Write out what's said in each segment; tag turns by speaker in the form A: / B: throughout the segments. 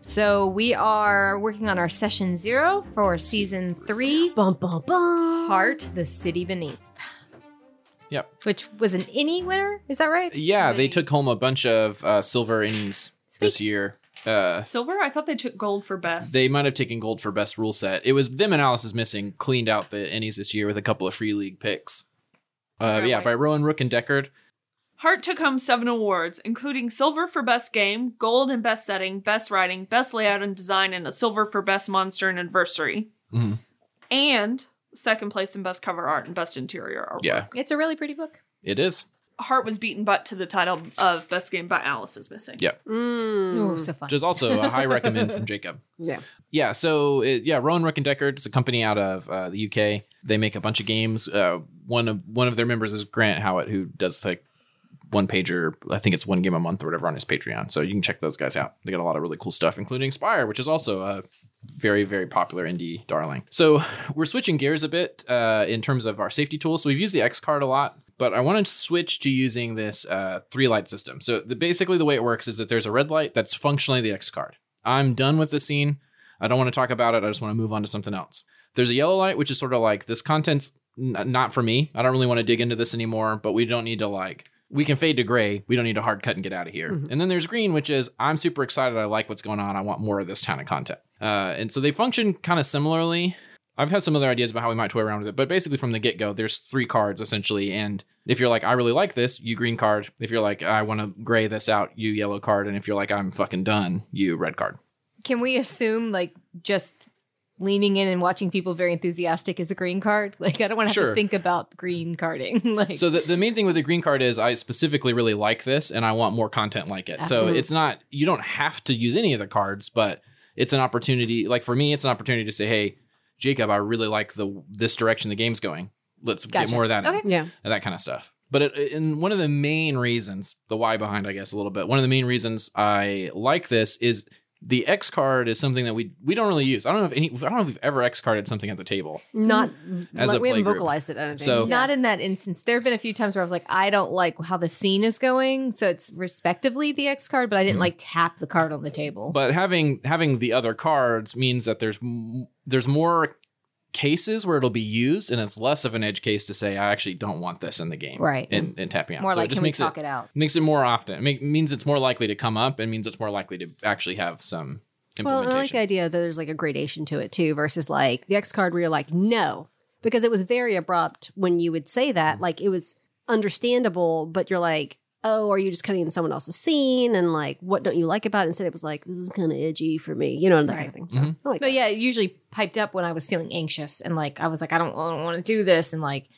A: So we are working on our session zero for season three,
B: Bum, bum, bum.
A: Heart, the City Beneath.
C: Yep.
A: Which was an innie winner, is that right?
C: Yeah, they
D: Nice.
C: took home a bunch of uh, silver innings this
A: Sweet.
C: year. Uh,
D: Silver? I thought they took gold for best.
C: they might have taken gold for best rule set. It was them and Alice is missing cleaned out the innies this year with a couple of free league picks. Uh,
D: Alright.
C: yeah, by Rowan Rook and Deckard.
D: Hart took home seven awards, including silver for best game, gold in best setting, best writing, best layout and design, and a silver for best monster and adversary,
C: Mhm.
D: and second place in best cover art and best interior artwork.
C: Yeah,
A: It's a really pretty book.
C: it is.
D: Hart was beaten but to the title of best game by Alice is missing.
C: Yeah.
B: Mm.
A: Oh, so fun.
C: Which is also a high recommend from Jacob.
B: Yeah.
C: Yeah, so it, yeah, Rowan Rook and Deckard. It's a company out of uh, the UK. They make a bunch of games. Uh, one of one of their members is Grant Howitt, who does like one pager. I think it's one game a month or whatever on his Patreon. So you can check those guys out. They got a lot of really cool stuff, including Spire, which is also a very very popular indie darling. So we're switching gears a bit uh, in terms of our safety tools. So we've used the X card a lot. But I want to switch to using this uh, three light system. So the, basically, the way it works is that there's a red light that's functionally the X card. I'm done with the scene. I don't want to talk about it. I just want to move on to something else. There's a yellow light, which is sort of like this content's n- not for me. I don't really want to dig into this anymore, but we don't need to like, we can fade to gray. We don't need to hard cut and get out of here. And then there's green, which is I'm super excited. I like what's going on. I want more of this kind of content. Uh, and so they function kind of similarly. I've had some other ideas about how we might toy around with it, but basically from the get go, there's three cards essentially. And if you're like, I really like this, you green card. If you're like, I want to gray this out, you yellow card. And if you're like, I'm fucking done, you red card.
A: Can we assume like just leaning in and watching people very enthusiastic is a green card? Like I don't want to have
C: Sure.
A: to think about green carding. like
C: So the, the main thing with the green card is I specifically really like this and I want more content like it.
A: Uh-huh.
C: So it's not you don't have to use any of the cards, but it's an opportunity. Like for me, it's an opportunity to say, hey, Jacob, I really like the this direction the game's going. Let's
A: Gotcha.
C: get more of that. in."
A: Okay.
B: Yeah.
C: and that kind of stuff. But it, and one of the main reasons, the why behind, I guess, a little bit. One of the main reasons I like this is the X card is something that we we don't really use. I don't know if any. I don't know if we've ever X carded something at the table.
B: Not.
C: As
B: like,
C: a
B: we haven't
C: playgroup.
B: vocalized it. I don't think.
C: So-
A: Not in that instance. There have been a few times where I was like, I don't like how the scene is going. So it's respectively the X card, but I didn't like tap the card on the table.
C: Mm. But having having the other cards means that there's m- there's more cases where it'll be used, and it's less of an edge case to say I actually don't want this in the game,
A: Right.
C: And, and tapping out.
A: More
C: So
A: like,
C: it just
A: can we
C: makes
A: talk it, out?
C: makes it more often. It make, means it's more likely to come up, and means it's more likely to actually have some
B: Well,
C: implementation.
B: and I like the idea that there's like a gradation to it too, versus like the X card where you're like, no, because it was very abrupt when you would say that. Like it was understandable, but you're like, oh, are you just cutting in someone else's scene? And like, what don't you like about it? Instead, it was like, this is kind of edgy for me, you know, and that kind of thing. So
C: Mhm.
B: I like
A: But yeah, it usually piped up when I was feeling anxious and like I was like, I don't, I don't want to do this, and like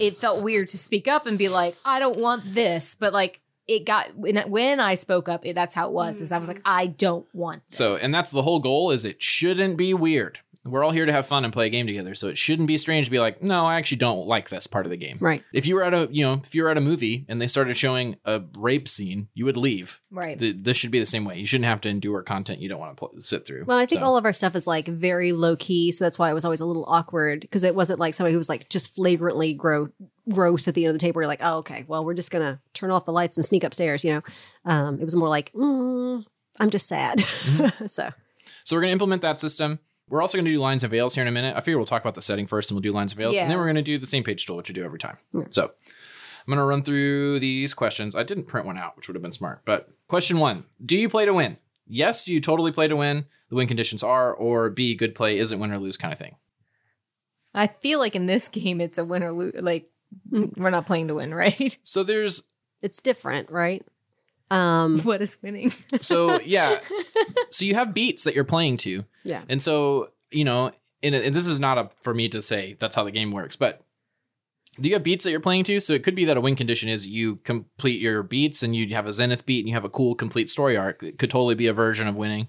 A: it felt weird to speak up and be like, I don't want this, but like it got when when I spoke up, it, that's how it was. Is I was like, I don't want. This.
C: So, and that's the whole goal is it shouldn't be weird. We're all here to have fun and play a game together, so it shouldn't be strange to be like, "No, I actually don't like this part of the game."
B: Right.
C: If you were at a, you know, if you were at a movie and they started showing a rape scene, you would leave.
A: right.
C: Th- this should be the same way. You shouldn't have to endure content you don't want to pl- sit through.
B: Well, I think
C: So-
B: all of our stuff is like very low key, so that's why it was always a little awkward because it wasn't like somebody who was like just flagrantly gro- gross at the end of the table. You're like, oh, okay, well, we're just gonna turn off the lights and sneak upstairs. You know, um, it was more like, mm, I'm just sad. so
C: So we're going to implement that system. We're also going to do lines and veils here in a minute. I figure we'll talk about the setting first and we'll do lines and veils.
A: Yeah.
C: And then we're going to do the same page tool, which we do every time. So I'm going to run through these questions. I didn't print one out, which would have been smart. But question one Do you play to win? Yes, do you totally play to win? The win conditions are, or B, good play isn't win or lose kind of thing.
A: I feel like in this game, it's a win or lose. Like we're not playing to win, right?
C: So there's
B: it's different, right? Um,
A: what is winning?
C: So yeah, so you have beats that you're playing to.
B: Yeah.
C: And so you know, in a, and this is not a, for me to say that's how the game works, but do you have beats that you're playing to? So it could be that a win condition is you complete your beats and you have a zenith beat and you have a cool complete story arc. It could totally be a version of winning.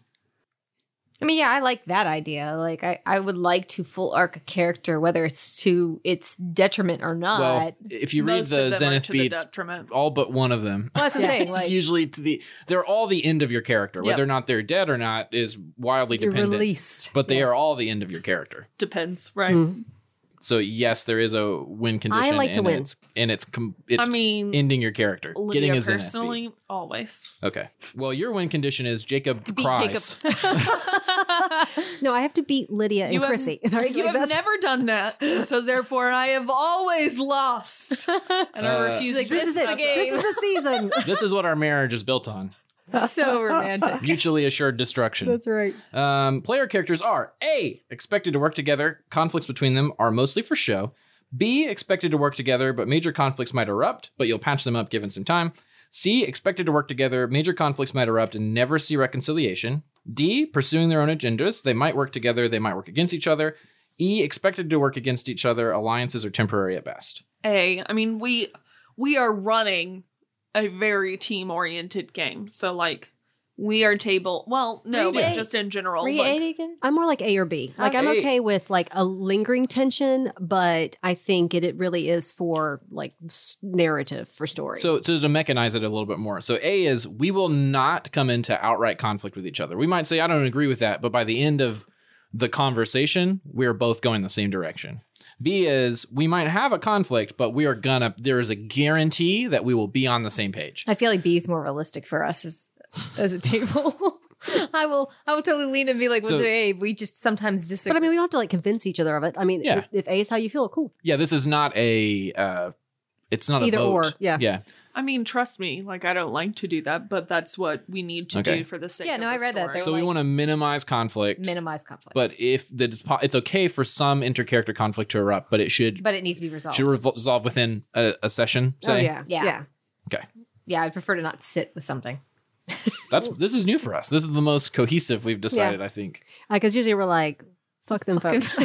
A: I mean, yeah, I like that idea. Like, I, I would like to full arc a character, whether it's to its detriment or not.
C: well, if you read
D: Most of
C: the
D: them are
C: zenith
D: to the
C: beats,
D: detriment.
C: all but one of them.
A: Well, that's what I'm saying.
C: It's
A: Like,
C: usually to the they're all the end of your character,
D: Yep.
C: whether or not they're dead or not is wildly
B: you're
C: dependent.
B: released.
C: But they are all the end of your character.
B: Hmm.
D: Depends, right?
C: So yes, there is a win condition.
B: like to
C: and
B: win.
C: It's, and it's com- it's
D: I mean,
C: ending your character,
D: Lydia
C: getting his NFB.
D: personally, always.
C: Okay. Well, your win condition is Jacob
A: to beat
C: cries.
A: Jacob.
B: No, I have to beat Lydia and
D: You have-
B: Chrissy. Right?
D: You
B: Like, that's-
D: have never done that, so therefore I have always lost. And I
C: Uh,
D: refuse.
A: She's like,
B: this, is
A: the
B: it. This is the season.
C: this is what our marriage is built on:
A: so romantic.
C: mutually assured destruction.
B: right.
C: Um, player characters are A, expected to work together. Conflicts between them are mostly for show. B, expected to work together, but major conflicts might erupt, but you'll patch them up given some time. C, expected to work together, major conflicts might erupt and never see reconciliation. D, pursuing their own agendas. They might work together, they might work against each other. E, expected to work against each other. Alliances are temporary at best.
D: A. I mean, we we are running a very team oriented game. So like we are table well, no,
A: Read
D: like
A: eight.
D: just in general.
A: Were you
D: like,
A: eight again?
B: I'm more like A or B. Like I'm
C: Okay.
B: okay with like a lingering tension, but I think it, it really is for like s- narrative for story.
C: So, so to mechanize it a little bit more. So A is we will not come into outright conflict with each other. We might say I don't agree with that, but by the end of the conversation, we're both going the same direction. B is we might have a conflict, but we are gonna there is a guarantee that we will be on the same page.
A: I feel like B is more realistic for us as as a table. I will I will totally lean and be like, well,
C: So-
A: hey, we just sometimes disagree.
B: but I mean, we don't have to like convince each other of it. I mean,
C: Yeah.
B: if, if A is how you feel, cool.
C: Yeah, this is not a uh it's not
B: Either
C: a vote.
B: or, yeah.
C: Yeah.
D: I mean, trust me, like I don't like to do that, but that's what we need to
C: Okay.
D: do for the sake
A: Yeah,
D: of
A: no,
D: the
A: I read that.
D: story.
A: They
C: So we
A: like-
C: want to minimize conflict.
A: minimize conflict.
C: but if the, it's po- it's okay for some intercharacter conflict to erupt, but it should
A: but it needs to be resolved.
C: should revol- resolve within a, a session. Say.
B: oh yeah,
A: Yeah.
B: yeah.
A: yeah, I'd prefer to not sit with something.
C: That's this is new for us. This is the most cohesive we've decided, I think.
B: Because usually we're like, fuck them folks.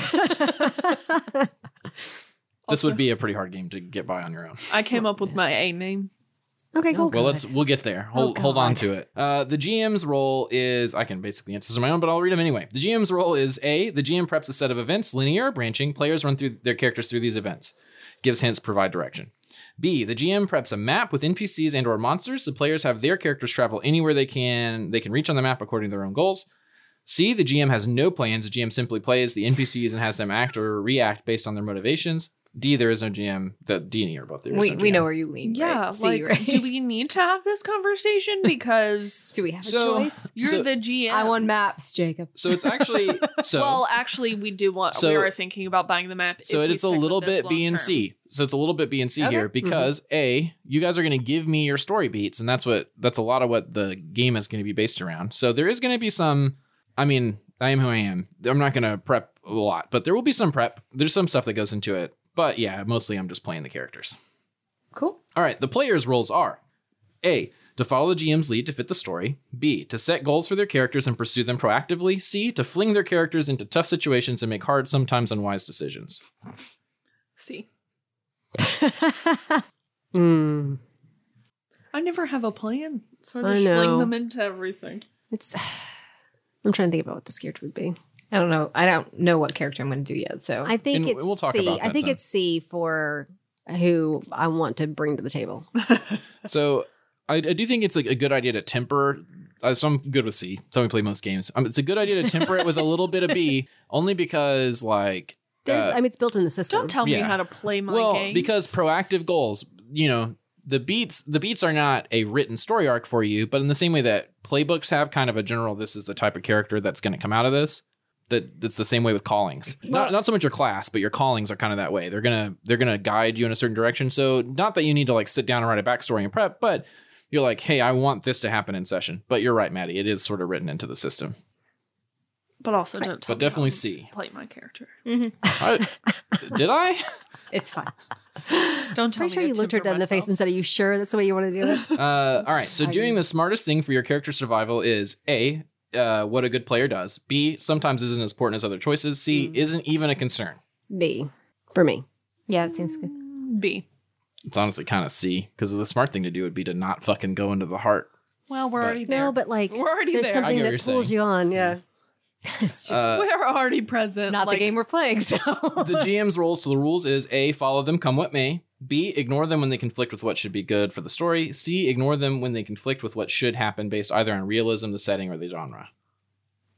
C: This
D: Also-
C: would be a pretty hard game to get by on your own.
D: I came up with my A name.
B: okay, cool.
C: Well, let's we'll get there. Hold,
A: Oh,
C: hold on
A: God.
C: to it. Uh, the GM's role is I can basically answer my own, but I'll read them anyway. The GM's role is a the GM preps a set of events, linear, or branching. Players run through their characters through these events, gives hints, provide direction. B the GM preps a map with NPCs and or monsters. The players have their characters travel anywhere they can they can reach on the map according to their own goals. C the GM has no plans. The GM simply plays the NPCs and has them act or react based on their motivations. D there is no GM. The D and E are both there. is
A: we
C: no
A: we
C: GM.
A: know where you lean.
D: Yeah,
A: right?
D: like
A: See, right?
D: do we need to have this conversation because
A: Do we have
C: So-
A: a choice?
D: you're
C: So-
D: the GM?
A: I want maps, Jacob.
C: So it's actually so
D: well, actually, we do want.
C: So-
D: we were thinking about buying the map.
C: so
D: if
C: it
D: we
C: is a
D: stick with
C: little
D: this
C: bit B
D: long
C: and
D: term.
C: C. So it's a little bit B and C
A: Okay. Mm-hmm.
C: here because A, you guys are going to give me your story beats, and that's what that's a lot of what the game is going to be based around. So there is going to be some. I mean, I am who I am. I'm not going to prep a lot, but there will be some prep. There's some stuff that goes into it, but yeah, mostly I'm just playing the characters.
A: Cool.
C: All right, the players' roles are A. To follow the GM's lead to fit the story. B. To set goals for their characters and pursue them proactively. C. To fling their characters into tough situations and make hard, sometimes unwise decisions.
D: C.
B: Mm.
D: I never have a plan. Sort
B: I
D: of fling
B: know.
D: them into everything.
B: It's. I'm trying to think about what this character would be.
A: I don't know. I don't know what character I'm going to do yet. So
B: I think
C: And
B: it's
C: we'll talk
B: C.
C: about
B: I
C: that
B: think
C: soon.
B: it's C for who I want to bring to the table.
C: So I, I do think it's like a good idea to temper. Uh, so I'm good with C. So we play most games. Um, it's a good idea to temper it with a little bit of B, only because like
B: There's,
C: Uh,
B: I mean, it's built in the system.
D: Don't tell me
C: Yeah.
D: how to play my
C: well
D: game.
C: because proactive goals. You know the beats. The beats are not a written story arc for you, but in the same way that playbooks have kind of a general. This is the type of character that's going to come out of this. That that's the same way with callings. not not so much your class, but your callings are kind of that way. They're gonna they're gonna guide you in a certain direction. So not that you need to like sit down and write a backstory and prep, but you're like, hey, I want this to happen in session. But you're right, Maddie. It is sort of written into the system.
D: but also don't tell
C: But
D: me
C: definitely
D: how to
C: C.
D: play my character.
C: I- did I?
A: it's fine.
D: Don't tell me.
B: Pretty sure you looked her dead in the face and said, "Are you sure that's the way you want to do it?"
C: Uh, all right. So
B: I-
C: doing the smartest thing for your character survival is a uh, what a good player does. B sometimes isn't as important as other choices. C isn't even a concern.
B: B for me.
A: Yeah, it seems good.
D: B.
C: It's honestly kind of C because the smart thing to do would be to not fucking go into the heart.
D: Well, we're
C: But-
D: already there.
B: No, but like
D: we're already
B: there's
D: there.
B: something
C: I get what
B: that
C: you're
B: pulls
C: saying.
B: you
C: Mm.
B: on. Yeah.
A: It's just
C: Uh,
D: we're already present.
A: not
D: like,
A: the game we're playing. So
C: the GM's roles to the rules is A, follow them come what may. B, ignore them when they conflict with what should be good for the story. C, ignore them when they conflict with what should happen based either on realism, the setting, or the genre.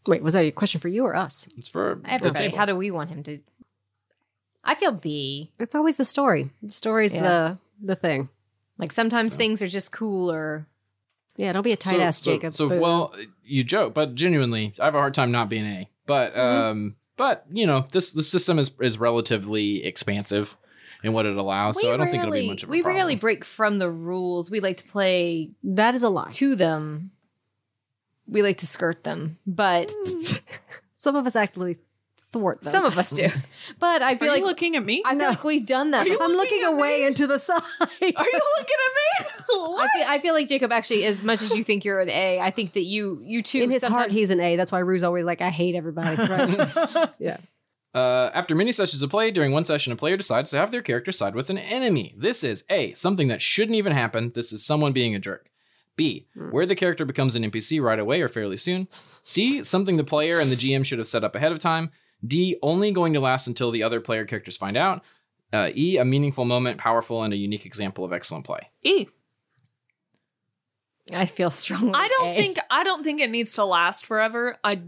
B: Wait, was that a question for you or us?
C: It's for the
A: everybody,
C: table.
A: how do we want him to? I feel B.
B: It's always the story. The story's
A: Yeah.
B: the the thing.
A: Like
C: Oh.
A: sometimes things are just cooler.
B: Yeah, don't be a tight ass, Jacob.
C: So,
B: Boo.
C: well, you joke, but genuinely, I have a hard time not being A.
B: Mm-hmm.
C: But um, but you know, this the system is is relatively expansive in what it allows, so I don't think it'll be
A: rarely-
C: much of a
A: We
C: problem.
A: rarely break from the rules. We like to play
B: that is a lie.
A: to them. We like to skirt them, but
B: Some of us actively thwart them.
A: some of us do. But I
D: Are
A: feel like
D: you looking at me?
A: I feel like we've done that.
B: I'm looking, away into the side.
D: Are you looking at me?
A: I
D: What?
A: feel, I feel like Jacob actually, as much as you think you're an A, I think that you you too.
B: In his heart,
A: sometimes-
B: he's an A. That's why Rue's always like, I hate everybody. Right. yeah.
C: Uh, after many sessions of play, during one session, a player decides to have their character side with an enemy. This is A, something that shouldn't even happen. This is someone being a jerk. B, where the character becomes an NPC right away or fairly soon. C, something the player and the GM should have set up ahead of time. D, only going to last until the other player characters find out. Uh, e, a meaningful moment, powerful, and a unique example of excellent play.
D: E.
A: I feel strongly.
D: I don't
A: A.
D: think I don't think it needs to last forever. I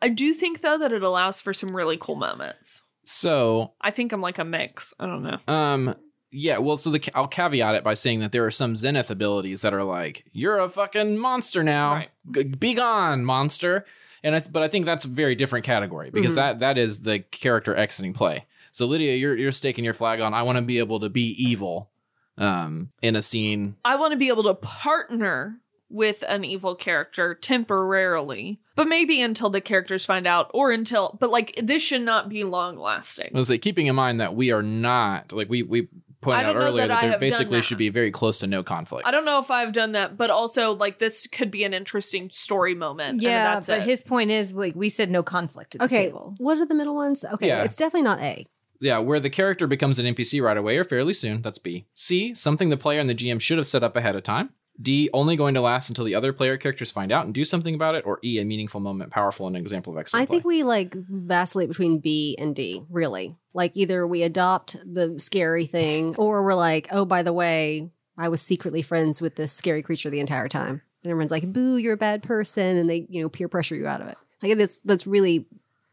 D: I do think though that it allows for some really cool moments.
C: So
D: I think I'm like a mix. I don't know.
C: Um. Yeah. Well, so the I'll caveat it by saying that there are some Zenith abilities that are like, "You're a fucking monster now.
D: Right.
C: G- be gone, monster." And I th- but I think that's a very different category because
D: Mm-hmm.
C: that that is the character exiting play. So Lydia, you're you're staking your flag on. I want to be able to be evil, um, in a scene.
D: I want to be able to partner with an evil character temporarily, but maybe until the characters find out or until but like this should not be long lasting.
C: Let's say keeping in mind that we are not like we we
D: I
C: pointed out
D: don't know
C: earlier
D: that
C: that,
D: I
C: there
D: have done
C: basically
D: that.
C: should be very close to no conflict.
D: I don't know if I've done that, but also like this could be an interesting story moment. and
A: Yeah,
D: that's
A: but
D: it.
A: his point is like we said no conflict at the
B: Okay.
A: table.
B: What are the middle ones? Okay.
C: Yeah.
B: It's definitely not A.
C: yeah, where the character becomes an NPC right away or fairly soon. That's B. C, something the player and the GM should have set up ahead of time. D, only going to last until the other player characters find out and do something about it. Or E, a meaningful moment, powerful, and an example of excellent
B: I think
C: play.
B: we like vacillate between B and D, really. Like either we adopt the scary thing or we're like, oh, by the way, I was secretly friends with this scary creature the entire time. And everyone's like, boo, you're a bad person. And they, you know, peer pressure you out of it. Like that's that's really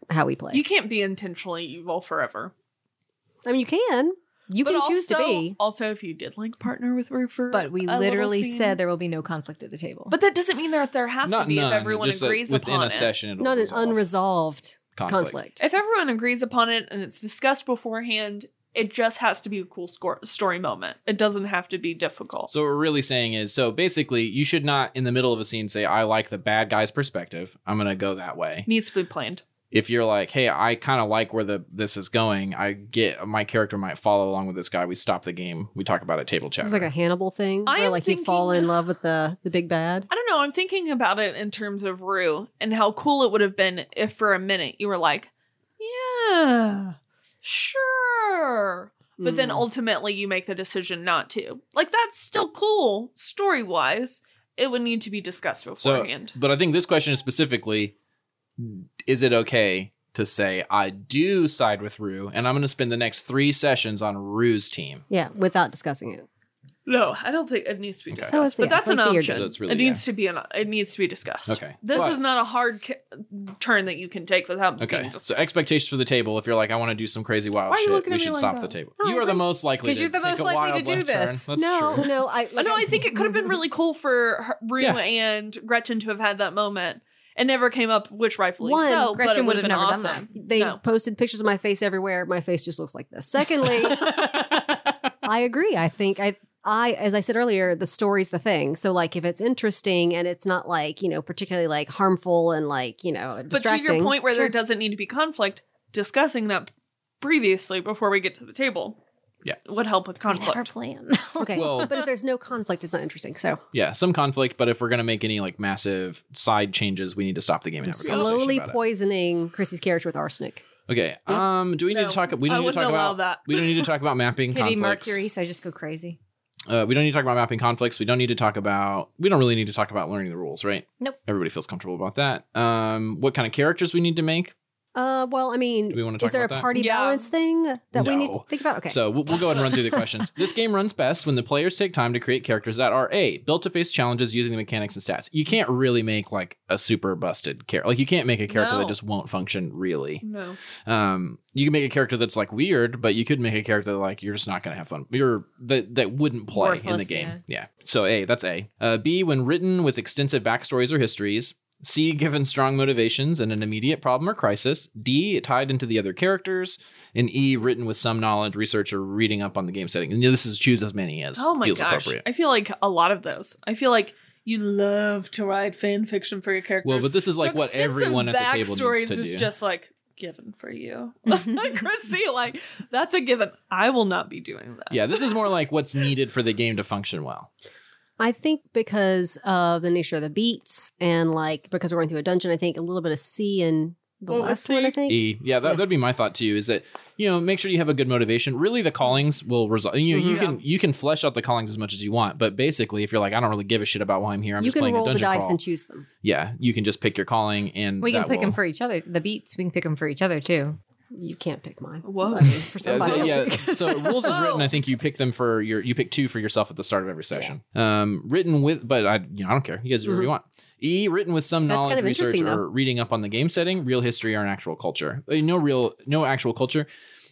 B: how we play.
D: you can't be intentionally evil forever.
B: I mean, you can. You
D: But
B: can choose to
D: also-
B: be.
D: Also, if you did like partner with Rupert,
A: But we
D: a little
A: literally
D: scene-
A: said there will be no conflict at the table.
D: But that doesn't mean that there has to be
C: none,
D: if everyone
C: just that
D: agrees
C: within
D: upon
C: a
D: it.
C: session. it'll
B: Not an
C: resolve
B: unresolved conflict.
D: If everyone agrees upon it and it's discussed beforehand, it just has to be a cool score- story moment. It doesn't have to be difficult.
C: So what we're really saying is, so basically, you should not in the middle of a scene say, "I like the bad guy's perspective. I'm gonna go that way."
D: Needs to be planned.
C: if you're like, hey, I kind of like where the this is going, I get my character might follow along with this guy. We stop the game. We talk about a table chat.
B: It's like a Hannibal thing
D: I
B: where
D: am
B: like you fall
D: thinking-
B: in love with the the big bad.
D: I don't know. I'm thinking about it in terms of Rue and how cool it would have been if for a minute you were like, yeah, sure. But then
B: Mm.
D: ultimately you make the decision not to. Like, that's still cool story wise. It would need to be discussed beforehand.
C: But I think this question is specifically is it okay to say I do side with Rue and I'm going to spend the next 3 sessions on Rue's team?
B: Yeah, without discussing it.
D: no, I don't think it needs to be
C: Okay.
D: discussed.
B: So it's-
D: but
B: yeah,
D: that's
B: like
D: an
B: the
D: option.
B: urgent.
C: So it's really,
D: it needs to be an it needs to be discussed.
C: Okay.
D: This
C: But-
D: is not a hard ca- turn that you can take without being
C: Okay.
D: discussed.
C: So expectations for the table if you're like I want to do some crazy wild
D: Why are you
C: shit,
D: looking
C: we
D: at me
C: should
D: like
C: stop
D: that?
C: the table.
B: No,
C: you
B: I
C: are the
B: agree.
C: most likely
A: 'Cause you're the
C: to take
A: most
C: a
A: likely
C: wild
A: to do
C: left
A: this.
C: turn. That's
B: no,
C: true.
B: no, I
D: Uh, no, I think it could have been really cool for her- Rue
C: Yeah.
D: and Gretchen to have had that moment. It never came up, which rightfully
B: One,
D: so. but
A: Gretchen
D: it
A: would
D: would have
A: have
D: been
A: never done
D: awesome.
A: that.
B: they
D: No.
B: posted pictures of my face everywhere. My face just looks like this. Secondly, I agree. I think I I as I said earlier, the story's the thing. So like if it's interesting and it's not like, you know, particularly like harmful and like, you know,
D: But to
B: distracting.
D: your point, where
B: Sure.
D: there doesn't need to be conflict, discussing that previously before we get to the table,
C: Yeah.
D: would help with
A: We never
D: conflict.
A: plan.
B: Okay.
C: Well-
B: but if there's no conflict, it's not interesting. So
C: Yeah, some conflict, but if we're going to make any like massive side changes, we need to stop the game and have a conversation
B: slowly
C: about it.
B: poisoning Chrissy's character with arsenic.
C: Okay. Um do we need
D: No,
C: to talk we
D: I
C: don't need to
D: wouldn't
C: talk
D: allow
C: about
D: that.
C: we don't need to talk about mapping
A: Maybe
C: conflicts.
A: Mercury, so I just go crazy.
C: Uh, we don't need to talk about mapping conflicts. We don't need to talk about. We don't really need to talk about learning the rules, right?
A: Nope.
C: Everybody feels comfortable about that. Um, what kind of characters we need to make?
B: Uh, well, I mean,
C: Do we wanna talk
B: is there
C: about
B: a
C: that?
B: party
D: Yeah.
B: balance thing that we need to
C: No.
B: think about? Okay.
C: So we'll, we'll go ahead and run through the questions. This game runs best when the players take time to create characters that are a built to face challenges using the mechanics and stats. You can't really make like a super busted character. Like you can't make a character
D: No.
C: that just won't function really.
D: No.
C: Um, you can make a character that's like weird, but you could make a character that like you're just not gonna have fun. You're that that wouldn't play in the
A: Worthless,
C: game. Yeah. So A, that's A. Uh, B, when written with extensive backstories or histories. C, given strong motivations and an immediate problem or crisis. D, tied into the other characters. And E, written with some knowledge, research, or reading up on the game setting. And this is choose as many as
D: Oh my
C: feels
D: gosh.
C: appropriate.
D: I feel like a lot of those. I feel like you love to write fan fiction for your characters.
C: Well, but this is like
D: So
C: what everyone at the table
D: backstories
C: needs to
D: is
C: do.
D: just like given for you. Chrissy, like that's a given. I will not be doing that.
C: yeah, this is more like what's needed for the game to function well.
B: I think because of the nature of the beats and like because we're going through a dungeon, I think a little bit of C and the
D: What was
B: last one,
D: C?
B: I think.
C: E. Yeah, that, that'd be my thought too. Is that you know make sure you have a good motivation. Really, the callings will result. You know, you
B: Mm-hmm.
D: Mhm.
C: can you can flesh out the callings as much as you want, but basically, if you're like, I don't really give a shit about why I'm here. I'm
B: you
C: just
B: can
C: playing
B: roll the
C: a dungeon
B: dice
C: crawl.
B: and choose them.
C: yeah, you can just pick your calling, and
A: We can
C: that
A: pick them
C: will-
A: for each other. The beats, we can pick them for each other too.
B: You can't pick mine.
D: Whoa.
B: I mean, for
C: Uh,
B: somebody.
C: th-
B: else.
C: yeah. so rules is written. I think you pick them for your. You pick two for yourself at the start of every session. Um, written with, but I, you know, I don't care. You guys
B: Mm-hmm.
C: do whatever you want. E written with some
B: That's
C: knowledge,
B: kind of
C: research,
B: interesting, though.
C: or reading up on the game setting, real history, or an actual culture. Uh, No real, no actual culture.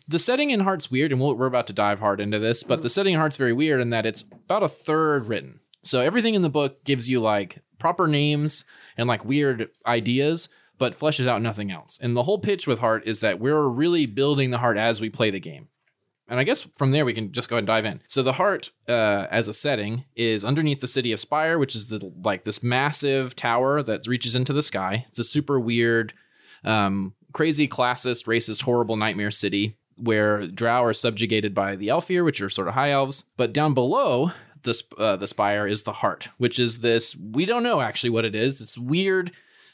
C: The setting in Heart's weird, and we'll, we're about to dive hard into this. But
B: Mm-hmm.
C: the setting in Heart's very weird in that it's about a third written. So everything in the book gives you like proper names and like weird ideas, but fleshes out nothing else. And the whole pitch with Heart is that we're really building the heart as we play the game. And I guess from there we can just go ahead and dive in. So the heart, uh, as a setting, is underneath the city of Spire, which is the like this massive tower that reaches into the sky. It's a super weird, um, crazy, classist, racist, horrible nightmare city where Drow are subjugated by the Elfir, which are sort of high elves. But down below the sp- uh, the spire is the heart, which is this we don't know actually what it is. It's weird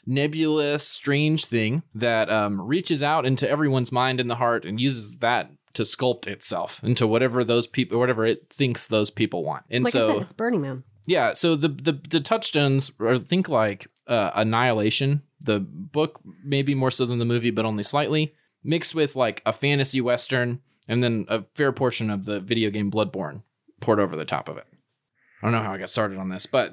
C: nebulous, strange thing that um, reaches out into everyone's mind and the heart and uses that to sculpt itself into whatever those people, whatever it thinks those people want. And
B: Like
C: so,
B: I said, it's Burning Man.
C: yeah, so the the, the touchstones are think like uh, Annihilation, the book maybe more so than the movie, but only slightly mixed with like a fantasy western, and then a fair portion of the video game Bloodborne poured over the top of it. I don't know how I got started on this, but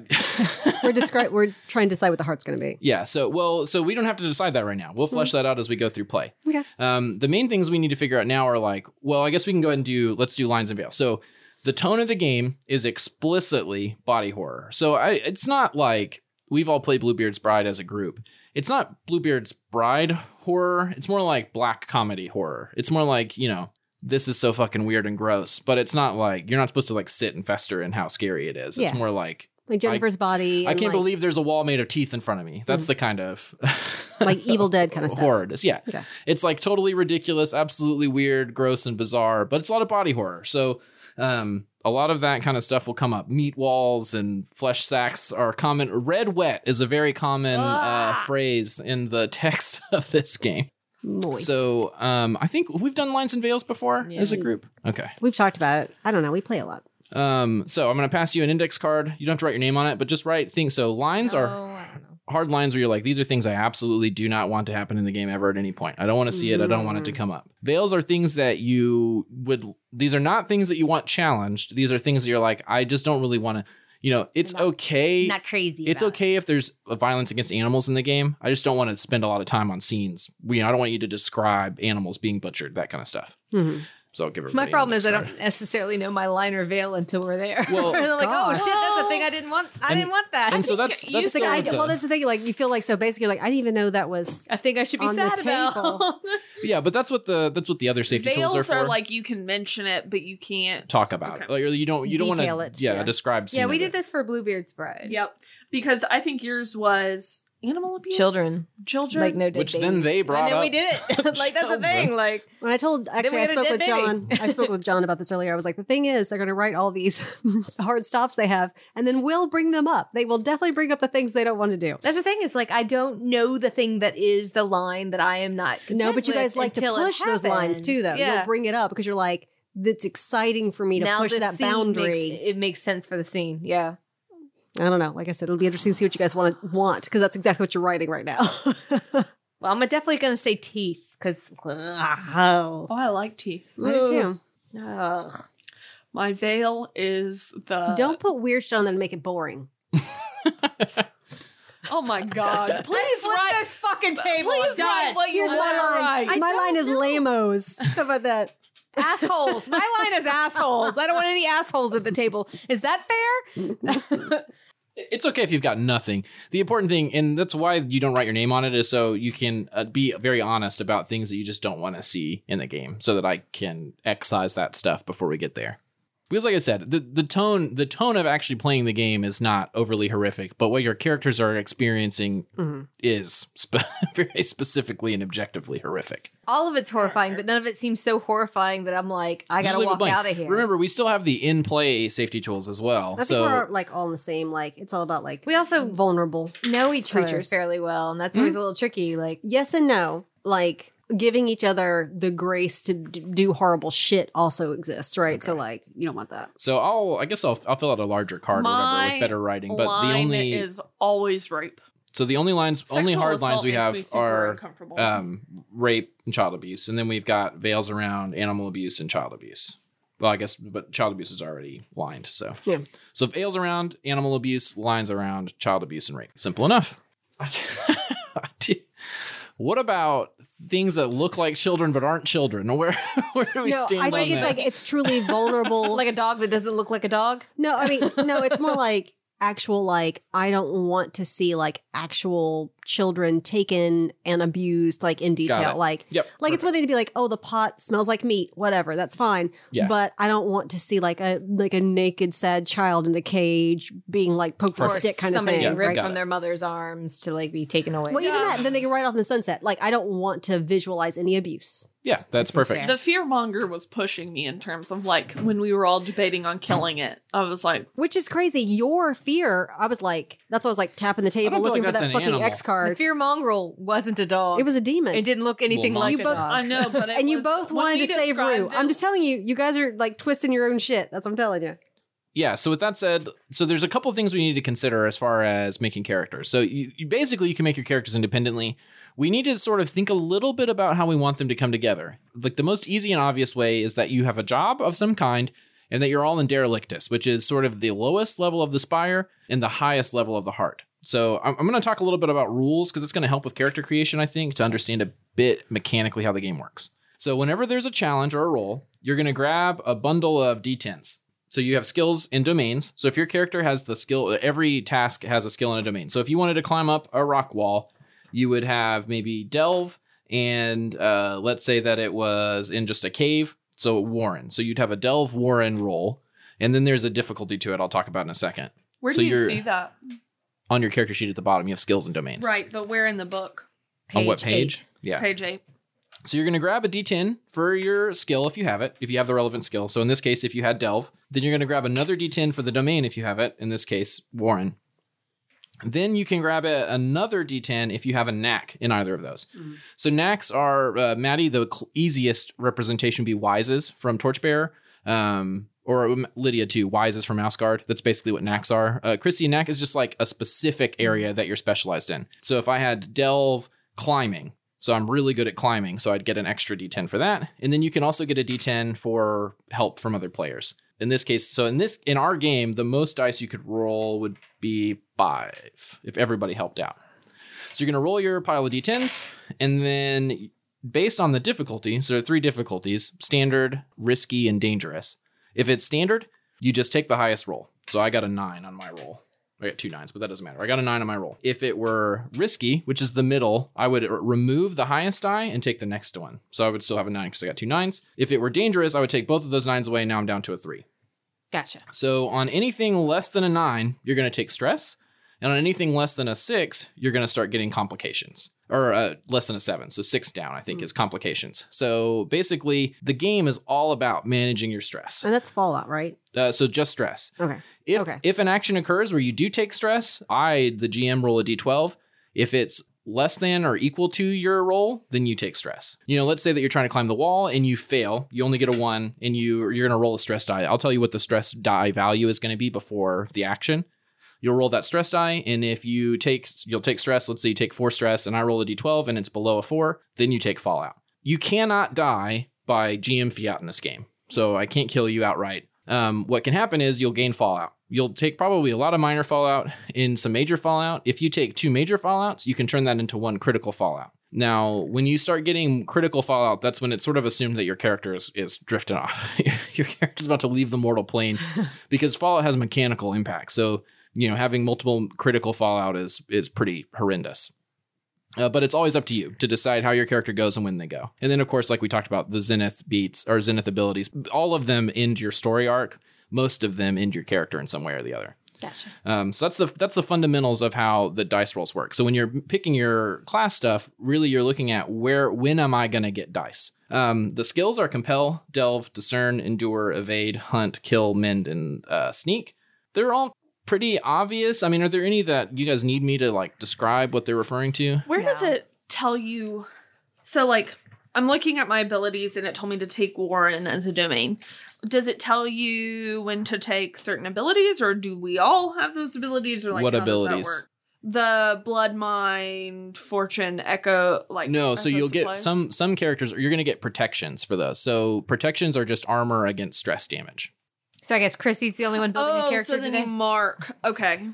B: We're descri- We're trying to decide what the heart's going to be.
C: Yeah. So, well, so we don't have to decide that right now. We'll flesh that out as we go through play.
B: Mm. Okay.
C: Um, the main things we need to figure out now are like, well, I guess we can go ahead and do, let's do lines and veil. So, the tone of the game is explicitly body horror. So, I, it's not like we've all played Bluebeard's Bride as a group. It's not Bluebeard's Bride horror. It's more like black comedy horror. It's more like, you know, this is so fucking weird and gross, but it's not like you're not supposed to like sit and fester in how scary it is. It's
B: Yeah.
C: more like
B: Like Jennifer's body.
C: I
B: and, like-
C: can't
B: Mm-hmm.
C: believe there's a wall made of teeth in front of me. That's the kind of
B: like Evil Dead kind of stuff.
C: horror it is. Yeah.
B: Okay.
C: It's like totally ridiculous, absolutely weird, gross, and bizarre, but it's a lot of body horror. So um, a lot of that kind of stuff will come up. Meat walls and flesh sacks are common. Red wet is a very common uh,
D: Ah.
C: phrase in the text of this game.
B: Moist.
C: So um, I think we've done Lines and Veils before as a
A: Yes.
C: group. Okay.
B: we've talked about it. I don't know. We play a lot.
C: Um, so I'm going to pass you an index card. You don't have to write your name on it, but just write things. So lines are
A: Oh, I don't know.
C: hard lines where you're like, these are things I absolutely do not want to happen in the game ever at any point. I don't want to see it. I don't want it
A: Mm.
C: to come up. Veils are things that you would, these are not things that you want challenged. These are things that you're like, I just don't really want to, you know, it's
A: Not-
C: okay.
A: Not crazy.
C: It's
A: about
C: okay if there's a violence against animals in the game. I just don't want to spend a lot of time on scenes. We, I don't want you to describe animals being butchered, that kind of stuff.
B: Mhm.
C: So I'll give
A: it.
C: her
A: My problem is I don't necessarily know my line or veil until we're there.
C: Well-
A: and I'm like, oh
B: God.
A: shit, that's the thing I didn't want. I
C: And-
A: didn't want that.
C: And so that's,
D: you
B: It's
C: that's
B: like,
C: the-
B: I,
C: the-
B: well, that's the thing. Like you feel like so basically like I didn't even know that was
A: I think I should be
B: on the
A: sad about.
B: table.
C: yeah, but that's what the, that's what the other safety
D: Veils
C: tools are for.
D: like you can mention it, but you can't
C: talk about
D: Okay.
C: it. Like, or you don't, you don't want
B: Detail
C: to,
B: it,
C: yeah,
B: yeah.
C: describe.
A: yeah,
C: scene
A: we
C: of it.
A: did this for Bluebeard's Bride.
D: Yep. Because I think yours was animal abuse.
A: Children,
D: Children.
A: like no dead
C: Which then
A: babies.
C: they brought
A: and then we
C: up
A: did it. like that's the thing.
C: children.
A: Like
B: When I told
A: we
B: actually I
A: had a
B: spoke
A: dead
B: with
A: baby.
B: John. I spoke with John about this earlier. I was like, the thing is, they're going to write all these hard stops they have, and then we'll bring them up. They will definitely bring up the things they don't want to do.
A: that's the thing is like I don't know the thing that is the line that I am not.
B: No,
A: content
B: but you guys
A: with
B: like to
A: until it
B: push those lines
A: happens.
B: too, though.
A: Yeah.
B: You'll bring it up because you're like, it's exciting for me to
A: now
B: push
A: the
B: that
A: scene makes-
B: boundary.
A: it makes sense for the scene. Yeah.
B: I don't know. Like I said, it'll be interesting to see what you guys want want because that's exactly what you're writing right now.
A: Well, I'm definitely gonna say teeth. because oh,
D: Oh, I like teeth.
B: I do too.
D: My veil is the
B: Uh, Don't put weird shit on them to make it boring.
D: Oh my god! Please
A: flip
D: write.
A: this fucking table.
D: Please write what you
B: Here's my
D: want to
B: line.
D: write.
B: My line is lamos. How about that?
A: assholes. My line is assholes. I don't want any assholes at the table. Is that fair?
C: It's okay if you've got nothing. The important thing, and that's why you don't write your name on it, is so you can uh, be very honest about things that you just don't want to see in the game, so that I can excise that stuff before we get there. Because, like I said, the, the tone the tone of actually playing the game is not overly horrific, but what your characters are experiencing
B: Mm-hmm.
C: is spe- very specifically and objectively horrific.
A: All of it's horrifying, but none of it seems so horrifying that I'm like, I
C: Just
A: gotta
C: leave it
A: walk
C: blank.
A: out of here.
C: Remember, we still have the in play safety tools as well.
B: I think
C: so
B: we're like all in the same. Like it's all about like
A: we also
B: vulnerable.
A: know each
B: Creatures.
A: other fairly well, and
C: Hmm?
A: that's always a little tricky. Like,
B: Yes and no. Like giving each other the grace to d- do horrible shit also exists, right? So like you don't want that.
C: So I'll, I guess I'll, I'll fill out a larger card or whatever
D: My
C: with better writing. But
D: Line
C: the only,
D: is always rape.
C: so the only lines, only
D: Sexual
C: hard lines
D: assault
C: we
D: makes
C: have
D: me super
C: are
D: uncomfortable.
C: um, rape and child abuse, and then we've got veils around animal abuse and child abuse. Well, I guess, but child abuse is already lined. So
B: Yeah.
C: so veils around animal abuse, lines around child abuse and rape. Simple enough. what about things that look like children but aren't children? Where where do we
B: no,
C: stand
B: I
C: on
B: think it's
C: that?
B: like it's truly vulnerable.
A: like a dog that doesn't look like a dog.
B: No, I mean, no, it's more like actual, like, I don't want to see like actual children taken and abused, like in
C: Got
B: detail.
C: it.
B: Like,
C: Yep.
B: like it's one thing to be like, oh, the pot smells like meat, whatever, that's fine.
C: Yeah.
B: But I don't want to see like a like a naked, sad child in a cage being like poked with a stick kind of
A: somebody
B: thing.
C: Yeah,
A: ripped
B: right?
C: got
A: from
C: it.
A: their mother's arms to like be taken away.
B: Well, even
D: Yeah.
B: that, then they can ride off in the sunset. Like, I don't want to visualize any abuse.
C: yeah,
A: It's
C: that's
A: a
C: perfect.
D: The fear monger was pushing me in terms of like when we were all debating on killing it. I was like,
B: Which is crazy. Your fear, I was like, that's why I was like tapping the table
C: feel like
B: looking for
C: that's
B: that
C: an
B: fucking
C: animal.
B: X
A: the
B: card.
A: fear mongrel wasn't a dog.
B: It was a demon.
A: It didn't look anything
C: Well,
A: like a
C: you
A: dog.
C: both-
D: I know, but it
B: and you
D: was-
B: both
D: when
B: wanted
D: he
B: to save Rue.
D: described it-
B: I'm just telling you, you guys are like twisting your own shit. That's what I'm telling you.
C: yeah so with that said so there's a couple things we need to consider as far as making characters so you, you basically you can make your characters independently we need to sort of think a little bit about how we want them to come together like the most easy and obvious way is that you have a job of some kind and that you're all in derelictus which is sort of the lowest level of the spire and the highest level of the heart so i'm, I'm going to talk a little bit about rules because it's going to help with character creation i think to understand a bit mechanically how the game works so whenever there's a challenge or a roll you're going to grab a bundle of d10s so you have skills and domains. So if your character has the skill, every task has a skill and a domain. So if you wanted to climb up a rock wall, you would have maybe delve, and uh, let's say that it was in just a cave, so Warren. So you'd have a delve Warren roll, and then there's a difficulty to it. I'll talk about in a second.
D: Where
C: So
D: do you
C: you're-
D: see that?
C: On your character sheet at the bottom, you have skills and domains.
D: Right, but where in the book?
C: on what page?
A: eight.
C: Yeah.
D: Page eight.
C: So you're going to grab a d10 for your skill if you have it, if you have the relevant skill. So in this case, if you had Delve, then you're going to grab another d10 for the domain if you have it, in this case, Warren. Then you can grab a, another d10 if you have a knack in either of those. So knacks are, uh, Maddie, the cl- easiest representation would be Wises from Torchbearer. Um, or um, Lydia too, Wises from Asgard. That's basically what knacks are. Uh, Chrissy, a knack is just like a specific area that you're specialized in. So if I had delve climbing, so I'm really good at climbing, so I'd get an extra d10 for that. And then you can also get a d10 for help from other players. In this case, so in this in our game, the most dice you could roll would be five if everybody helped out. So you're gonna roll your pile of d10s, and then based on the difficulty, so there are three difficulties: standard, risky, and dangerous. If it's standard, you just take the highest roll. So I got a nine on my roll. I got two nines, but that doesn't matter. I got a nine on my roll. If it were risky, which is the middle, I would r- remove the highest die and take the next one. So I would still have a nine because I got two nines. If it were dangerous, I would take both of those nines away. Now I'm down to a three.
A: Gotcha.
C: So on anything less than a nine, you're going to take stress. And on anything less than a six, you're going to start getting complications or uh, less than a seven. So six down, I think, is complications. So basically, the game is all about managing your stress.
B: And that's Fallout, right?
C: Uh, so just stress.
B: Okay.
C: If
B: Okay.
C: if an action occurs where you do take stress, I the GM roll a d12. If it's less than or equal to your roll, then you take stress. You know, let's say that you're trying to climb the wall and you fail. You only get a one, and you you're gonna roll a stress die. I'll tell you what the stress die value is gonna be before the action. You'll roll that stress die, and if you take you'll take stress. Let's say you take four stress, and I roll a d12, and it's below a four, then you take fallout. you cannot die by GM fiat in this game. So I can't kill you outright. Um, what can happen is you'll gain fallout. You'll take probably a lot of minor fallout and some major fallout. If you take two major fallouts, you can turn that into one critical fallout. Now, when you start getting critical fallout, that's when it's sort of assumed that your character is, is drifting off. your character's about to leave the mortal plane because fallout has mechanical impacts. So, you know, having multiple critical fallout is is pretty horrendous. Uh, but it's always up to you to decide how your character goes and when they go. And then, of course, like we talked about, the Zenith beats or Zenith abilities, all of them end your story arc. Most of them end your character in some way or the other.
A: Gotcha.
C: Um, so that's the that's the fundamentals of how the dice rolls work. So when you're picking your class stuff, really you're looking at where when am I going to get dice? Um, the skills are compel, delve, discern, endure, evade, hunt, kill, mend, and uh, sneak. They're all pretty obvious. I mean, are there any that you guys need me to like describe what they're referring to?
D: Where does
A: No.
D: it tell you? So, like, I'm looking at my abilities and it told me to take Warren as a domain. Does it tell you when to take certain abilities, or do we all have those abilities? Or like,
C: What
D: how does that
C: abilities?
D: work? The blood, mind, fortune, echo, like
C: No, so
D: echo
C: you'll get
D: supplies?
C: some some characters. You're going to get protections for those. So protections are just armor against stress damage.
A: So I guess Chrissy's the only one building
D: oh,
A: a character
D: so then
A: today.
D: you mark. Okay,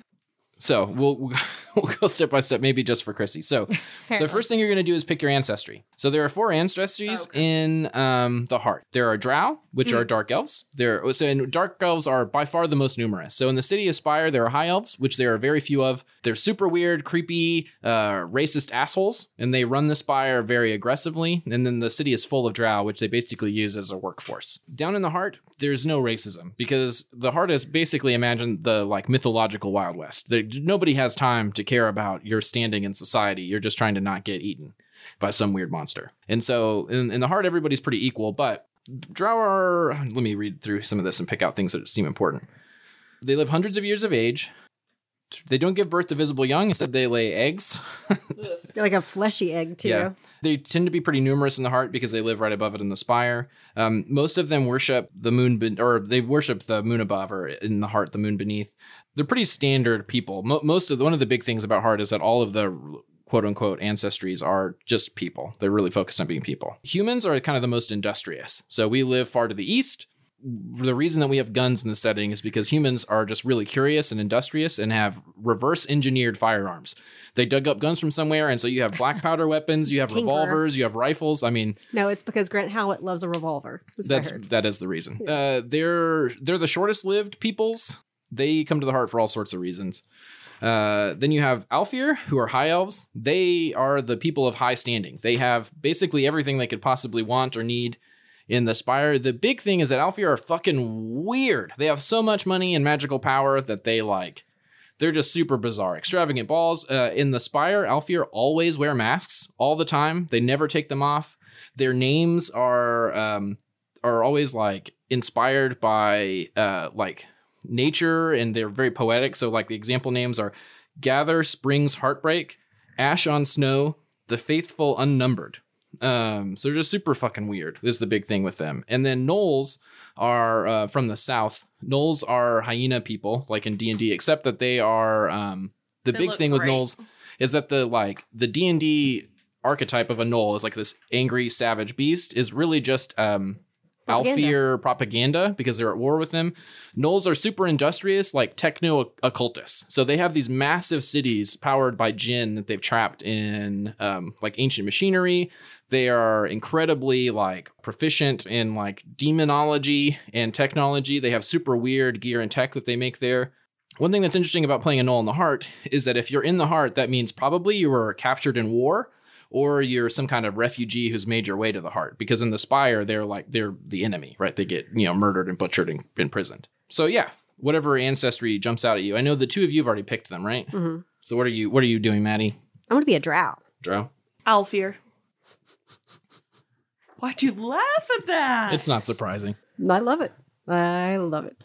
C: So we'll we'll go step by step, maybe just for Chrissy. So
A: Fair
C: the
A: enough.
C: first thing you're going to do is pick your ancestry. So there are four ancestries
D: Okay.
C: in um, the heart. There are Drow, which are dark elves. There, so and dark elves are by far the most numerous. So in the city of Spire, there are high elves, which there are very few of. They're super weird, creepy, uh, racist assholes, and they run the Spire very aggressively. And then the city is full of Drow, which they basically use as a workforce. Down in the heart, there's no racism because the heart is basically imagine the like mythological Wild West. There, nobody has time to care about your standing in society. You're just trying to not get eaten by some weird monster. And so in, in the heart, everybody's pretty equal, but Drow are, let me read through some of this and pick out things that seem important. They live hundreds of years of age. They don't give birth to visible young. Instead, they lay eggs.
B: like a fleshy egg too.
C: Yeah. They tend to be pretty numerous in the heart because they live right above it in the spire. Um, most of them worship the moon, ben- or they worship the moon above, or in the heart, the moon beneath. They're pretty standard people. Mo- most of the, one of the big things about heart is that all of the quote unquote ancestries are just people. They're really focused on being people. Humans are kind of the most industrious. So we live far to the east the reason that we have guns in this setting is because humans are just really curious and industrious and have reverse engineered firearms. They dug up guns from somewhere, and so you have black powder weapons, you have
B: Tinker.
C: revolvers, you have rifles. I mean,
B: No, it's because Grant Howitt loves a revolver. That's, what I
C: that's
B: heard.
C: that is the reason. Uh, they're they're the shortest lived peoples. They come to the heart for all sorts of reasons. Uh, then you have Alfir, who are high elves. They are the people of high standing. They have basically everything they could possibly want or need in the spire. The big thing is that Alfir are fucking weird. They have so much money and magical power that they like. They're just super bizarre, extravagant balls. Uh, in the spire, Alfir always wear masks all the time. They never take them off. Their names are um, are always like inspired by uh, like nature, and they're very poetic. So like the example names are Gather Spring's Heartbreak, Ash on Snow, The Faithful Unnumbered. Um, so they're just super fucking weird. Is the big thing with them. And then gnolls are uh, from the south. Gnolls are hyena people, like in D and D, except that they are um, the
D: They
C: big
D: look
C: thing with
D: great.
C: gnolls is that the like the D and D archetype of a gnoll is like this angry savage beast is really just um,
B: Propaganda.
C: Alfear propaganda because they're at war with them. Knolls are super industrious, like techno occultists. So they have these massive cities powered by gin that they've trapped in um, like ancient machinery. They are incredibly like proficient in like demonology and technology. They have super weird gear and tech that they make there. One thing that's interesting about playing a null in the heart is that if you're in the heart, that means probably you were captured in war or you're some kind of refugee who's made your way to the heart because in the spire they're like they're the enemy right they get you know murdered and butchered and imprisoned so yeah whatever ancestry jumps out at you i know the two of you have already picked them right
B: Mhm.
C: so what are you what are you doing maddie
B: I'm gonna be a drow.
C: Drow?
D: Alfear. Why'd you laugh at
B: Uh,
D: that?
C: it's not surprising
B: I love it. I love it.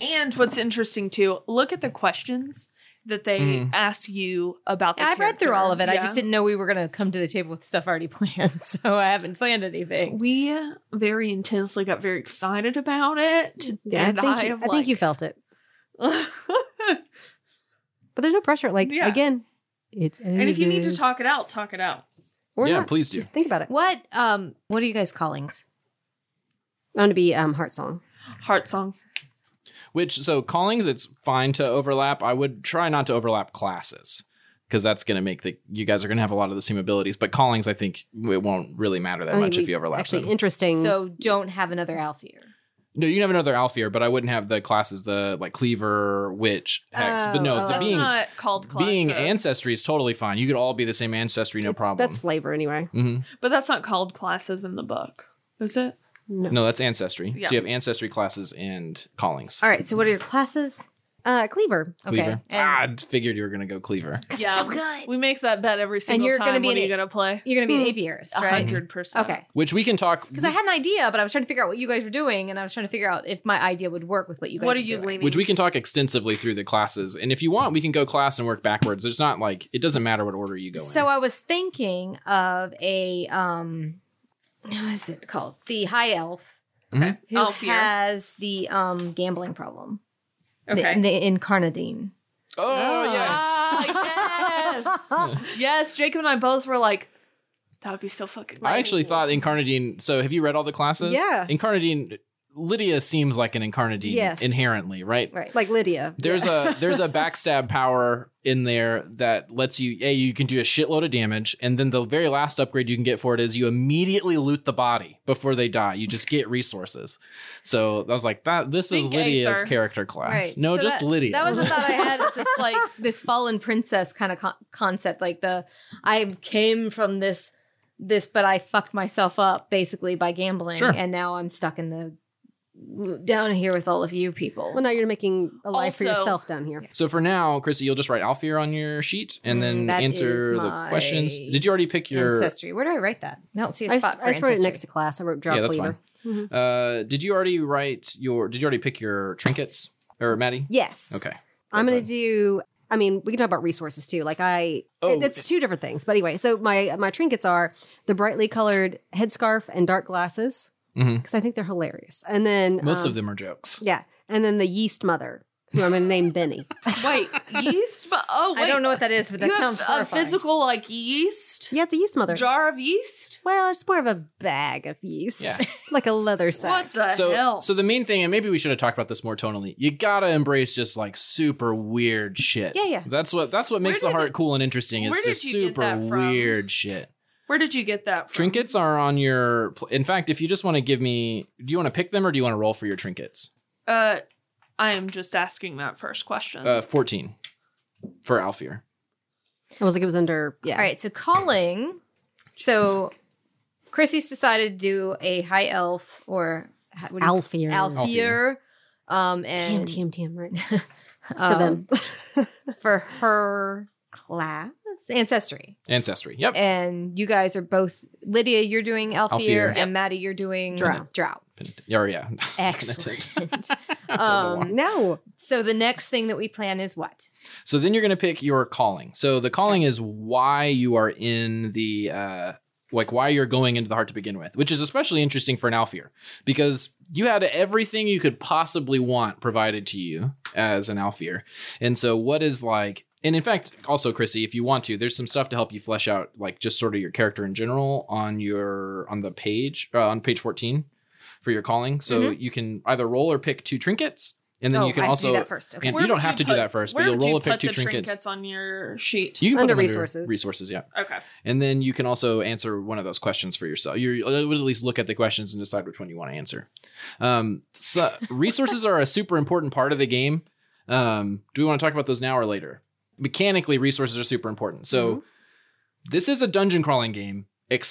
D: And what's interesting too, look at the questions that they
C: Mhm.
D: ask you about the
A: Yeah, I've read through
D: character.
A: all of it. I
D: Yeah.
A: just didn't know we were going to come to the table with stuff already planned. So I haven't planned anything.
D: we very intensely got very excited about it.
B: Yeah,
D: and
B: I think, you, I
D: am
B: think you felt it.
D: like-
B: But there's no pressure. Like
D: Yeah.
B: again, it's
D: and if you need to talk it out, talk it out.
B: Or
C: Yeah,
B: not.
C: please do.
B: Just think about it.
A: What um what are you guys callings?
B: I'm going to be um, Heart Song.
D: Heart song.
C: Which so callings, it's fine to overlap. I would try not to overlap classes because that's going to make the you guys are going to have a lot of the same abilities. But callings, I think it won't really matter that
B: I think
C: much if
B: we-
C: you overlap.
B: Actually,
C: them.
B: interesting.
A: So don't have another Alfier.
C: no, you can have another Alfier, but I wouldn't have the classes the like cleaver, witch, hex. but no,
A: Oh, oh.
C: the
D: That's
C: being
D: not called class.
C: being
D: though.
C: ancestry is totally fine. You could all be the same ancestry, no
B: It's-
C: problem.
B: That's flavor anyway.
C: Mhm.
D: But that's not called classes in the book, is it?
C: No, that's ancestry.
D: Yeah.
C: So you have ancestry classes and callings.
A: All right, so what are your classes?
B: Uh, Cleaver.
A: Okay.
C: Cleaver.
A: And
C: ah, I figured you were gonna go cleaver.
D: Yeah. We make that bet every single
A: you're
D: time.
A: gonna be
D: what
A: an
D: are you
A: eight.
D: going to play?
A: you're gonna be an apiarist,
D: A
A: right?
D: hundred percent.
A: Hmm. Uh-huh. Okay.
C: Which we can talk.
A: Because I had an idea, but I was trying to figure out what you guys were doing, and I was trying to figure out if my idea would work with what you guys.
D: What are
A: were
D: you
A: doing.
D: leaning?
C: which we can talk extensively through the classes, and if you want, we can go class and work backwards. It's not like it doesn't matter what order you go
A: So
C: in.
A: I was thinking of a um, what is it called? The high elf
C: Mhm.
A: who
D: Alfier.
A: has the um gambling problem.
D: okay.
A: The, the incarnadine.
C: Oh yes,
D: Ah, yes. yes, Jacob and I both were like, that would be so fucking
C: I actually thought Incarnadine. So have you read all the classes?
B: Yeah.
C: Incarnadine. Lydia seems like an Incarnadine
B: Yes.
C: inherently, right?
A: Right.
B: Like Lydia.
C: There's a there's a backstab power in there that lets you a you can do a shitload of damage, and then the very last upgrade you can get for it is you immediately loot the body before they die. You just get resources. So I was like, that this is
D: Think
C: Lydia's
D: Aether.
C: character class.
A: Right.
C: No,
A: So
C: just
A: that-
C: Lydia.
A: That was the thought I had. It's just like this fallen princess kind of con- concept, like the I came from this this, but I fucked myself up basically by gambling,
C: Sure.
A: and now I'm stuck in the down here with all of you people.
B: Well, now you're making a life for
D: Also-
B: yourself down here.
C: so for now, Chrissy, you'll just write Alfier on your sheet and then
A: Mm, that
C: answer
A: is
C: the
A: my
C: questions. Did you already pick your
A: ancestry. Where do I write that? I don't see
B: I,
A: a
B: s-
A: spot. for
B: I just wrote it
A: ancestry.
B: next to class. I wrote drop
C: Yeah, that's
B: Cleaver. Mhm.
C: uh did you already write your did you already pick your trinkets or Maddie?
B: Yes.
C: Okay.
B: I'm going
C: Okay.
B: to do. I mean, we can talk about resources too. Like I,
C: Oh.
B: it's two different things. But anyway, so my my trinkets are the brightly colored headscarf and dark glasses
C: Mhm.
B: because I think they're hilarious. And then
C: Most
B: um,
C: of them are jokes.
B: yeah. And then the yeast mother, who I'm going to name Benny.
D: Wait, yeast? But oh, wait.
A: I don't know what that is, but that
D: you have
A: sounds
D: a
A: horrifying.
D: physical like yeast
B: Yeah, it's a yeast mother.
D: jar of yeast.
B: well, it's more of a bag of yeast,
C: Yeah.
B: like a leather sack.
D: What the
C: so,
D: hell?
C: So the main thing, and maybe we should have talked about this more tonally. You gotta embrace just like super weird shit.
A: Yeah, yeah.
C: That's what that's what makes
D: Where
C: the
D: did
C: heart
D: it-
C: cool and interesting. Is
D: where
C: just
D: did you get
C: super
D: that from?
C: weird shit.
D: Where did you get that? From?
C: Trinkets are on your. pl- In fact, if you just want to give me, do you want to pick them or do you want to roll for your trinkets?
D: Uh, I am just asking that first question.
C: Uh, fourteen for Alfier.
B: I was like, it was under. Yeah.
A: All right, so calling. So Chrissy's decided to do a high elf or ha- what do you-
B: Alfier.
A: Alfier. Um,
B: Tam,
A: and
B: tam, tam, right?
A: um,
B: For them.
A: for her class ancestry.
C: Ancestry. Yep.
A: And you guys are both Lydia, you're doing Alfier,
C: Alfier.
A: and Maddie, you're doing
B: Drow.
A: Drow.
C: Penitent- Yeah, or oh, yeah.
A: Excellent.
C: Um,
B: no.
A: so the next thing that we plan is what?
C: So then you're going to pick your calling. So the calling is why you are in the uh like why you're going into the heart to begin with, which is especially interesting for an Alfier because you had everything you could possibly want provided to you as an Alfier. And so what is like and in fact, also Chrissy, if you want to, there's some stuff to help you flesh out like just sort of your character in general on your on the page uh, on page 14 for your calling. So you can either roll or pick two trinkets and then
A: Mm-hmm. oh,
C: you can
A: I have to
C: also
A: do that first. Okay.
C: and
D: Where
C: you don't
D: would
C: have to do
D: put-
C: that first, but
D: where
C: you'll
D: would you
C: roll a pick
D: put
C: two
D: the
C: trinkets.
D: on your sheet.
C: You can put
B: Under
C: them
B: resources.
C: Resources, yeah.
D: okay.
C: And then you can also answer one of those questions for yourself. You you would at least look at the questions and decide which one you want to answer. Um, so resources are a super important part of the game. Um, do we want to talk about those now or later? Mechanically, resources are super important. So this is a dungeon crawling game,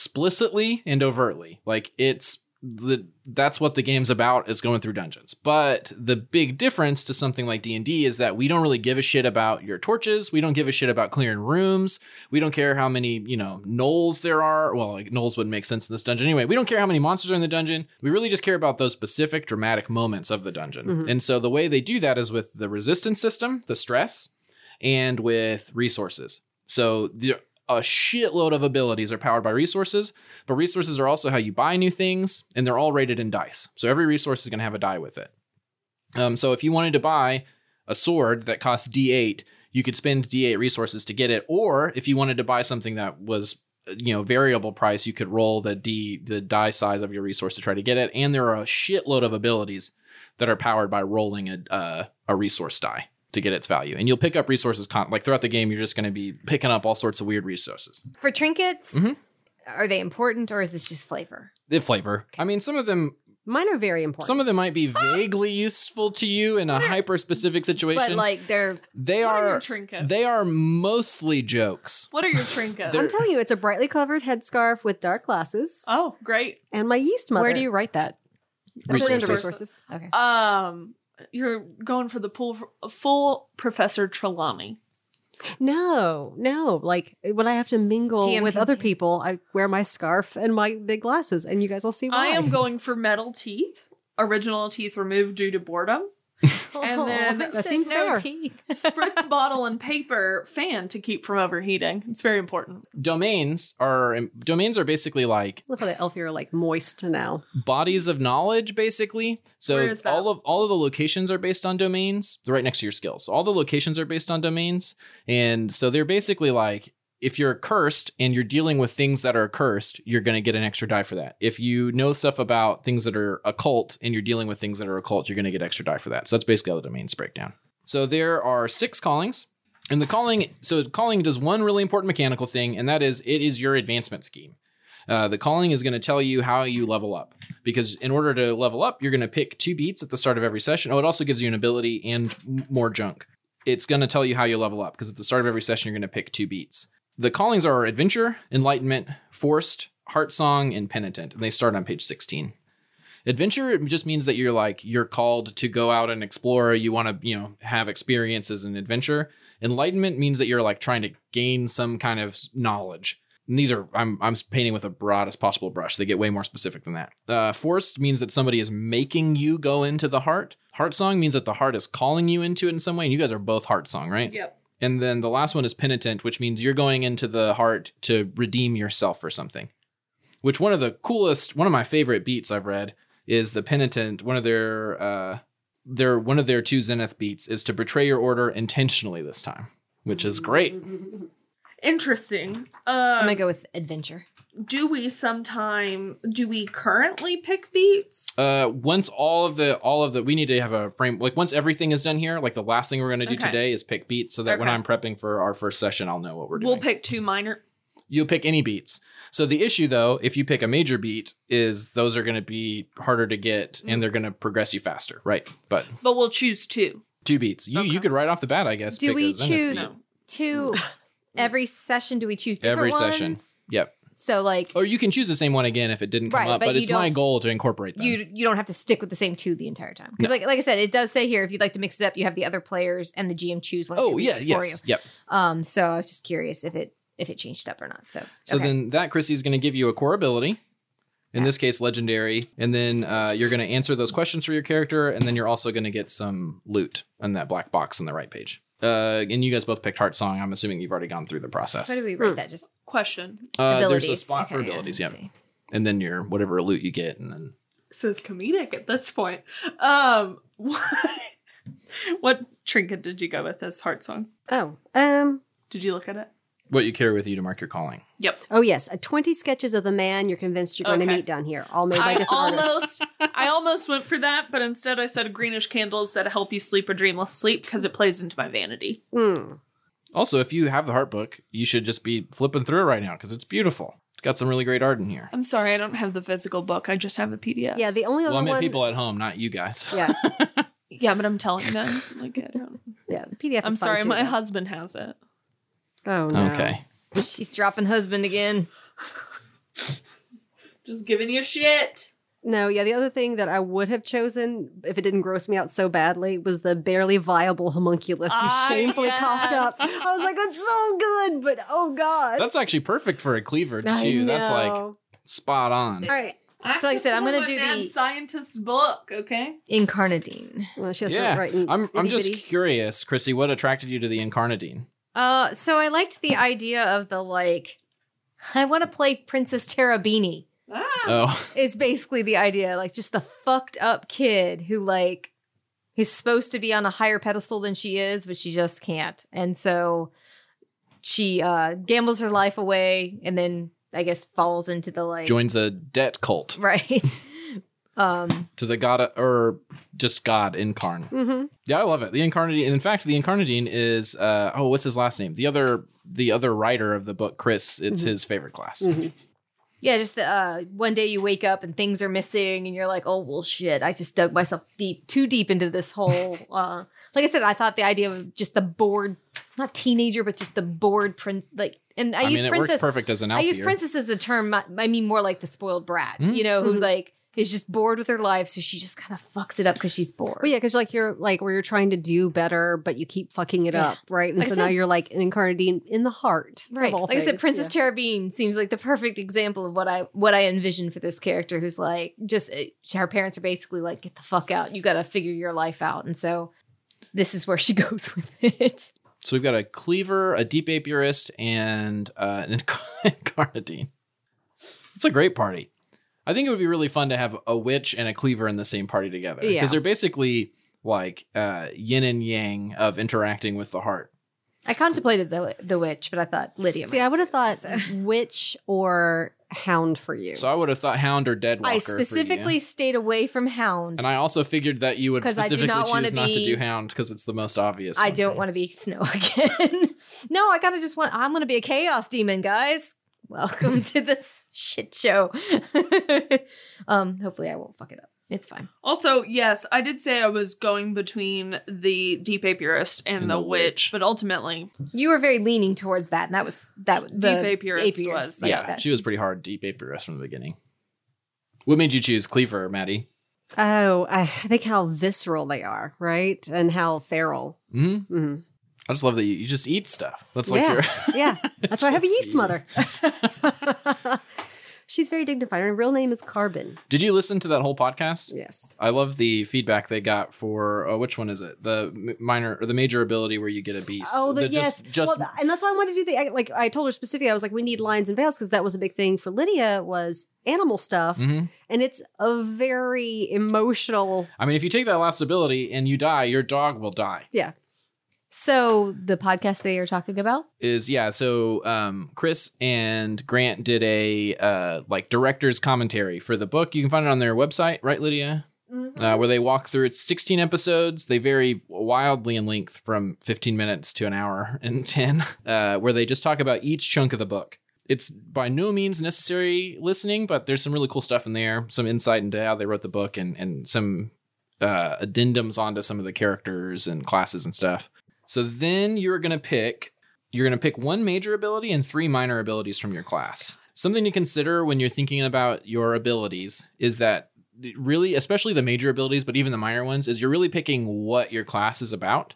C: explicitly and overtly. Like it's the that's what the game's about is going through dungeons. But the big difference to something like D&D is that we don't really give a shit about your torches, we don't give a shit about clearing rooms, we don't care how many, you know, gnolls there are. Well, like gnolls wouldn't make sense in this dungeon anyway. We don't care how many monsters are in the dungeon. We really just care about those specific dramatic moments of the dungeon.
B: Mhm.
C: And so the way they do that is with the resistance system, the stress, and with resources. So the a shitload of abilities are powered by resources, but resources are also how you buy new things, and they're all rated in dice. So every resource is going to have a die with it. Um, so if you wanted to buy a sword that costs D8, you could spend D8 resources to get it, or if you wanted to buy something that was you know variable price you could roll the d the die size of your resource to try to get it and there are a shitload of abilities that are powered by rolling a uh, a resource die to get its value and you'll pick up resources con- like throughout the game you're just going to be picking up all sorts of weird resources
A: For trinkets,
C: Mm-hmm.
A: are they important or is this just flavor?
C: the flavor i mean some of them
B: Mine are very important.
C: some of them might be vaguely useful to you in a hyper specific situation
A: But like they're
C: they
D: What are
C: are
D: your trinkets?
C: they are mostly jokes
D: What are your trinkets?
C: They're-
B: I'm telling you, it's a brightly colored headscarf with dark glasses
D: oh, great.
B: and my yeast mother.
A: where do you write that?
B: Put it under
C: resources.
B: resources?
A: Okay.
D: Um, you're going for the full, full Professor Trelawney.
B: No, no. Like eh, when I have to mingle
A: TMTT.
B: with other people, I wear my scarf and my big glasses, and you guys will see why.
D: I am going for metal teeth, original teeth removed due to boredom,
A: Oh,
D: and then
A: I
B: That
A: said
B: seems
A: no
B: fair.
A: teeth.
C: Um,
D: spritz bottle and paper fan to keep from overheating. It's very important.
C: domains are domains are basically like
B: Look how the elf are like moist now.
C: bodies of knowledge basically so
D: Where is that?
C: all of all of the locations are based on domains they're right next to your skills all the locations are based on domains and so they're basically like if you're cursed and you're dealing with things that are cursed you're going to get an extra die for that if you know stuff about things that are occult and you're dealing with things that are occult you're going to get extra die for that so that's basically how the domains break down so there are six callings and the calling so calling does one really important mechanical thing and that is it is your advancement scheme uh, the calling is going to tell you how you level up because in order to level up, you're going to pick two beats at the start of every session. Oh, it also gives you an ability and m- more junk. It's going to tell you how you level up because at the start of every session, you're going to pick two beats. The callings are adventure, enlightenment, forced, heart song, and penitent. And they start on page 16. Adventure it just means that you're like you're called to go out and explore. You want to you know have experiences and adventure. Enlightenment means that you're like trying to gain some kind of knowledge. And these are I'm I'm painting with a broadest possible brush. They get way more specific than that. Uh, forced means that somebody is making you go into the heart. Heart song means that the heart is calling you into it in some way. And you guys are both heart song, right?
D: Yep.
C: And then the last one is penitent, which means you're going into the heart to redeem yourself for something. Which one of the coolest, one of my favorite beats I've read is the penitent. One of their uh, their one of their two zenith beats is to betray your order intentionally this time, which is great.
D: Interesting.
A: I'm
D: Um,
A: gonna go with adventure.
D: do we sometime? Do we currently pick beats?
C: Uh, once all of the all of the we need to have a frame like once everything is done here. Like the last thing we're going to do
D: Okay.
C: today is pick beats, so that when
D: Okay.
C: I'm prepping for our first session, I'll know what we're doing.
D: we'll pick two minor.
C: you'll pick any beats. So the issue though, if you pick a major beat, is those are going to be harder to get
A: Mm.
C: and they're going to progress you faster, right? But
D: But we'll choose two.
C: two beats, you you
D: Okay.
C: could right off the bat, I guess.
A: Do
C: pick
A: we
C: a Zenith
A: choose-
C: beat.
D: No.
A: Two every session do we choose different
C: every session?
A: ones?
C: Yep. Oh,
A: So like
C: Or you can choose the same one again if it didn't come
A: Right,
C: up.
A: but
C: But,
A: you
C: it's my
A: don't-
C: goal to incorporate them.
A: you you don't have to stick with the same two the entire time because
C: No.
A: like like I said, it does say here if you'd like to mix it up, you have the other players and the GM choose one. of
C: oh
A: their
C: yeah,
A: beats for you.
C: yes, yep.
A: Um, so I was just curious if it if it changed up or not. So
C: So
A: okay.
C: then that Chrissy's going to give you a core ability. In
A: Yeah.
C: this case, legendary, and then uh, you're going to answer those questions for your character, and then you're also going to get some loot in that black box on the right page. Uh, and you guys both picked Heart Song. I'm assuming you've already gone through the process.
A: how do we rate
B: Hmm.
A: that? Just
D: Question.
C: Uh,
A: abilities.
C: there's a spot for
A: Okay,
C: abilities, yeah.
A: let's see.
C: And then your whatever loot you get, and then
D: This is comedic at this point. Um, what, what trinket did you go with as heart song?
B: Oh, um,
D: Did you look at it?
C: what you carry with you to mark your calling.
D: Yep.
B: oh yes, uh, twenty sketches of the man you're convinced you're going to
D: Okay.
B: meet down here, all made by
D: I
B: different artists.
D: almost, I almost went for that, but instead I said greenish candles that help you sleep a dreamless sleep because it plays into my vanity.
B: Mm.
C: Also, if you have the heart book, you should just be flipping through it right now because it's beautiful. It's got some really great art in here.
D: I'm sorry, I don't have the physical book. I just have a PDF.
B: Yeah, the only
C: Well, I
B: other
C: meant
B: one.
C: people at home, not you guys.
B: yeah,
D: yeah, but I'm telling them. Like, I don't.
B: yeah. the PDF.
D: I'm
B: is fine,
D: sorry,
B: too,
D: my
B: though.
D: husband has it.
B: Oh no.
C: Okay.
A: she's dropping husband again.
D: Just giving you shit.
B: No, yeah. The other thing that I would have chosen if it didn't gross me out so badly was the barely viable homunculus you
D: Ah,
B: shamefully coughed up.
D: yes.
B: I was like, it's so good, but oh god.
C: That's actually perfect for a cleaver,
B: I
C: too. That's like
B: know.
C: spot on.
A: All right, So like I said, I'm gonna do the-
D: scientist book. Okay.
A: incarnadine.
B: Well, she has to
C: Yeah.
B: write in
C: I'm, I'm just
B: itty-bitty.
C: curious, Chrissy, what attracted you to the Incarnadine?
A: Uh, so I liked the idea of the like, I want to play Princess Terabini.
D: Ah.
C: Oh,
A: Is basically the idea, like just the fucked up kid who like who's supposed to be on a higher pedestal than she is, but she just can't, and so she uh, gambles her life away and then I guess falls into the like
C: Oh, Joins a debt cult
A: right. um,
C: to the god or just god incarn.
B: Mm-hmm.
C: Yeah, I love it. The incarnadine, and in fact, the incarnadine is uh, oh, what's his last name? The other the other writer of the book, Chris. It's
A: Mm-hmm.
C: his favorite class.
A: yeah, just the, uh, one day you wake up and things are missing, and you're like, oh well, shit, I just dug myself deep too deep into this whole. Uh, like I said, I thought the idea of just the bored, not teenager, but just the bored prince, like, and I,
C: I,
A: use
C: mean, it
A: princess.
C: works perfect as an
A: I
C: alpha.
A: use princess as a term. I I mean, more like the spoiled brat,
C: Mm-hmm.
A: you know, who like is just bored with her life, so she just kind of fucks it up because she's bored.
B: Well, yeah, because like you're like where you're trying to do better, but you keep fucking it
A: Yeah.
B: up, right? And
A: Like I
B: so now
A: said-
B: you're like an incarnadine in the heart, of
A: Right.
B: all
A: Like I said,
B: things.
A: Princess
B: Yeah.
A: Terabine seems like the perfect example of what I what I envision for this character who's like just uh, her parents are basically like, get the fuck out. You gotta figure your life out. And so this is where she goes with it.
C: So we've got a cleaver, a deep apiarist, and uh, an incarnadine. It's a great party. I think it would be really fun to have a witch and a cleaver in the same party together because
B: Yeah.
C: they're basically like uh, yin and yang of interacting with the heart.
A: I contemplated the the witch, but I thought Lydia
B: See,
A: might-
B: I would have thought witch or hound for you.
C: So I would have thought hound or dead walker.
A: I
C: for you.
A: specifically stayed away from Hound.
C: and I also figured that you would
A: 'Cause I do
C: specifically
A: not wanna
C: choose not to
A: be-
C: do hound because it's the most obvious.
A: I
C: one.
A: don't want to be snow again. no, I gotta just want I'm gonna be a chaos demon, guys. Welcome to this shit show. um, hopefully I won't fuck it up. It's fine.
D: Also, yes, I did say I was going between the deep apiarist and, the, witch, but ultimately,
A: You were very leaning towards that, and that was that the
D: Deep apiarist was,
C: But yeah,
A: that-
C: she was pretty hard deep apiarist from the beginning. What made you choose cleaver, Maddie?
B: oh, I I think how visceral they are, right? And how feral.
C: hmm
B: hmm
C: I just love that you, you just eat stuff. That's like
B: Yeah.
C: your
B: Yeah, that's why I have a yeast mother. She's very dignified. Her real name is Carbon.
C: Did you listen to that whole podcast?
B: Yes.
C: I love the feedback they got for uh, which one is it? The m- minor or the major ability where you get a beast.
B: Oh, the, yes.
C: Just, just
B: well, and that's why I wanted to do the I- like. I told her specifically. I was like, we need lions and veils because that was a big thing for Lydia was animal stuff,
C: Mhm.
B: and it's a very emotional.
C: I mean, if you take that last ability and you die, your dog will die.
A: So the podcast they are talking about,
C: Is yeah. So um, Chris and Grant did a uh, like director's commentary for the book. You can find it on their website, right, Lydia? Uh, where they walk through it's 16 episodes. They vary wildly in length from 15 minutes to an hour and 10, uh, where they just talk about each chunk of the book. It's by no means necessary listening, but there's some really cool stuff in there, some insight into how they wrote the book, and and some uh, addendums onto some of the characters and classes and stuff. So then you're gonna pick you're going to pick one major ability and three minor abilities from your class. Something to consider when you're thinking about your abilities is that really, especially the major abilities, but even the minor ones, is you're really picking what your class is about.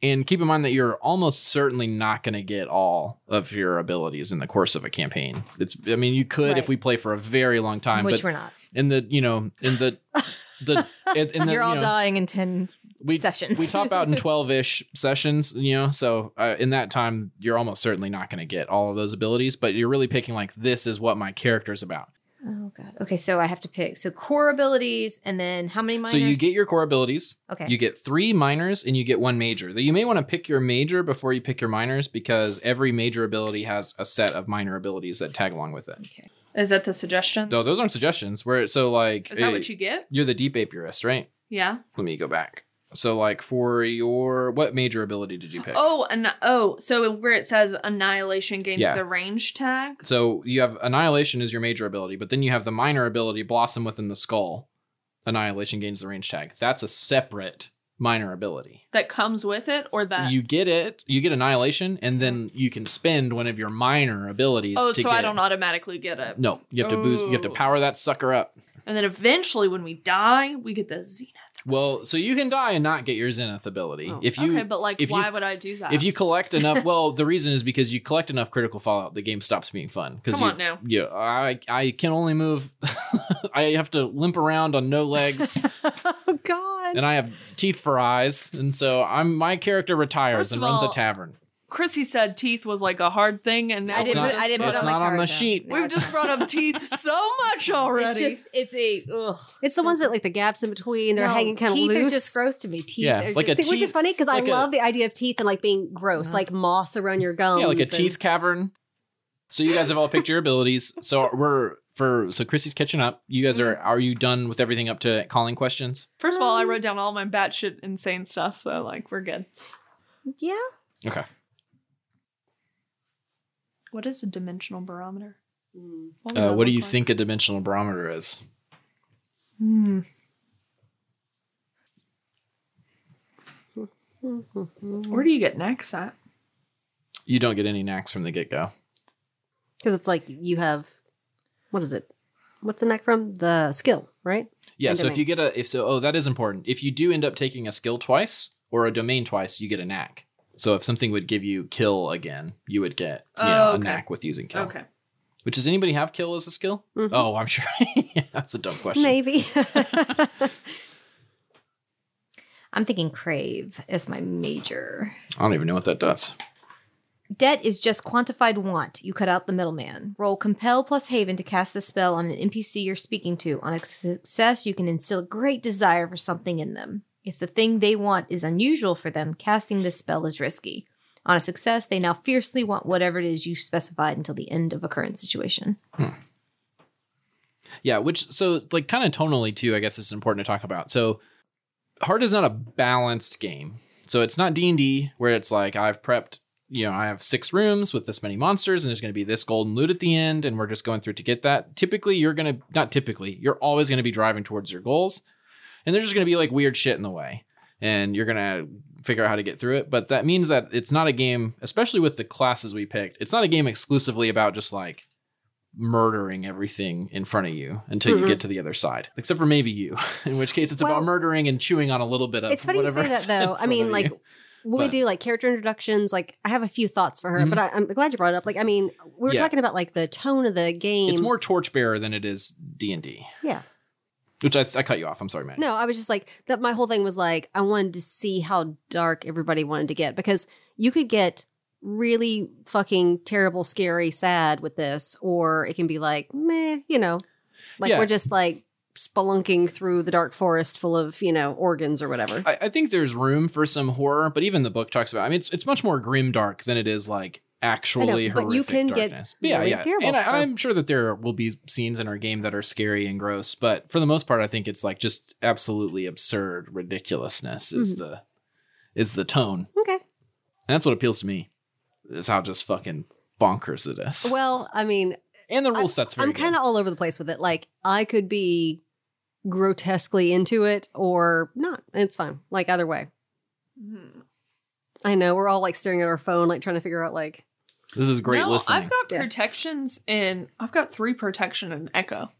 C: And keep in mind that you're almost certainly not going to get all of your abilities in the course of a campaign. It's, I mean, you could if
B: Right.
C: we play for a very long time,
A: which
C: but
A: we're not.
C: in the, you know, in the, the, in, in the,
A: You're all
C: you know,
A: dying in ten.
C: we,
A: sessions.
C: we top out in 12 ish sessions, you know. So uh, in that time, you're almost certainly not going to get all of those abilities, but you're really picking like this is what my character's about.
A: Oh god. Okay, so I have to pick. So core abilities, and then how many minors?
C: So you get your core abilities.
A: okay.
C: You get three minors and you get one major. You may want to pick your major before you pick your minors because every major ability has a set of minor abilities that tag along with it.
A: okay.
D: is that the suggestions?
C: Though those aren't suggestions. Where so like
D: is that
C: eh,
D: what you get?
C: you're the deep apiarist, right?
D: Yeah.
C: Let me go back. So like for your what major ability did you pick?
D: Oh, and oh, so where it says annihilation gains
C: Yeah.
D: the range tag.
C: So you have Annihilation is your major ability, but then you have the minor ability, Blossom within the Skull. Annihilation gains the range tag. That's a separate minor ability.
D: that comes with it or that Mm-hmm.
C: You get it, you get Annihilation, and then you can spend one of your minor abilities.
D: oh
C: to
D: so
C: get,
D: i don't automatically get it
C: No, you have to boost. You have to
D: Oh.
C: power that sucker up.
D: and then eventually when we die we get the zenith
C: Well, so you can die and not get your Zenith ability
B: Oh.
C: if you
D: okay but like
C: if you-
D: why would i do that
C: if you collect enough well the reason is because you collect enough critical fallout the game stops being fun because
D: Come on now.
C: yeah i i can only move i have to limp around on no legs
B: Oh God.
C: and i have teeth for eyes and so i'm my character retires
D: First
C: and
D: of
C: runs a
D: all,
C: tavern
D: chrissy said teeth was like a hard thing and now
A: I
C: It's
A: didn't.
C: not-
A: put, I didn't.
C: it's
A: put
C: not
A: my
C: on
A: card,
C: the
A: though.
C: sheet.
A: No.
D: we've just brought up teeth so much
A: It's
D: already
A: just. It's a. Ugh.
B: It's the ones that like the gaps in between. They're
A: No,
B: hanging kind of
A: teeth
B: loose.
A: are just gross to me. Teeth.
C: Yeah,
A: are
C: like a
A: just,
B: See, which
C: teeth-
B: is funny because
C: like
B: I
C: a-
A: Uh-huh.
B: love the idea of teeth and like being gross,
A: Yeah.
B: like moss around your gums.
C: yeah like a
B: and-
C: teeth cavern So you guys have all picked your abilities. So we're for so Chrissy's catching up. You guys
D: Mm-hmm.
C: are are you done with everything up to calling questions?
D: First of all, I wrote down all my batshit insane stuff, so like we're good.
B: Yeah.
C: Okay.
D: What is a dimensional barometer?
A: Mm-hmm.
D: would
C: Uh,
D: that
C: what do
D: look
C: you
D: like?
C: think a dimensional barometer is?
D: Hmm.
B: Mm-hmm.
D: Where do you get knacks at?
C: You don't get any knacks from the get go.
B: Because it's like you have, what is it? What's the neck from? The skill, right?
C: Yeah.
B: And
C: So if
B: domain.
C: you get a if so oh that is important. If you do end up taking a skill twice or a domain twice, you get a knack. So if something would give you kill again, you would get you
D: Oh,
C: know, a
D: okay.
C: knack with using kill.
D: Okay. Mm-hmm.
C: Which does anybody have kill as a skill?
B: Mhm.
C: Oh, I'm sure. That's a dumb question.
B: Maybe.
A: I'm thinking crave is my major.
C: I don't even know what that does.
A: Debt is just quantified want. You cut out the middleman. Roll compel plus haven to cast the spell on an NPC you're speaking to. On a success, you can instill great desire for something in them. If the thing they want is unusual for them, casting this spell is risky. On a success, they now fiercely want whatever it is you specified until the end of a current situation.
C: Yeah, which so like kind of tonally too, I guess it's important to talk about. So Heart is not a balanced game. So it's not D&D where it's like I've prepped, you know, I have six rooms with this many monsters and there's going to be this golden loot at the end and we're just going through to get that. Typically, you're going to not typically, you're always going to be driving towards your goals. And there's just going to be like weird shit in the way and you're going to figure out how to get through it, but that means that it's not a game, especially with the classes we picked. It's not a game exclusively about just like murdering everything in front of you until you
B: Mhm.
C: get to the other side, except for maybe you, in which case it's about
B: Well-
C: murdering and chewing on a little bit of.
B: it's funny you
C: whatever
B: say that,
C: is in
B: though. I
C: front
B: mean,
C: of
B: like,
C: you.
B: when
C: But-
B: we do like character introductions, like, I have a few thoughts for her,
C: Mhm.
B: but I, I'm glad you brought it up. Like, I mean, we were
C: Yeah.
B: talking about like the tone of the game.
C: it's more torchbearer than it is D and D.
B: Yeah.
C: Which I, I cut you off. I'm sorry, man.
B: No, I was just like that. My whole thing was like I wanted to see how dark everybody wanted to get because you could get really fucking terrible, scary, sad with this, or it can be like meh, you know, like
C: Yeah.
B: we're just like spelunking through the dark forest full of you know organs or whatever.
C: I, I think there's room for some horror, but even the book talks about. I mean, it's it's much more grim dark than it is like actually
B: but
C: horrific
B: you can get
C: darkness. But yeah,
B: really
C: yeah.
B: terrible,
C: and I,
B: so-
C: I'm sure that there will be scenes in our game that are scary and gross, but for the most part, I think it's like just absolutely absurd ridiculousness is the is the tone,
B: Mm-hmm. okay.
C: and that's what appeals to me. Is how just fucking bonkers it is,
B: Well, I mean,
C: and the rule set's very.
B: I'm kind of all over the place with it. Like I could be grotesquely into it or not. It's fine. Like either way.
D: Hmm.
B: I know we're all like staring at our phone, like trying to figure out like
C: good. This is great
D: no,
C: listening.
D: I've got
B: Yeah.
D: protections in. I've got three protection in Echo,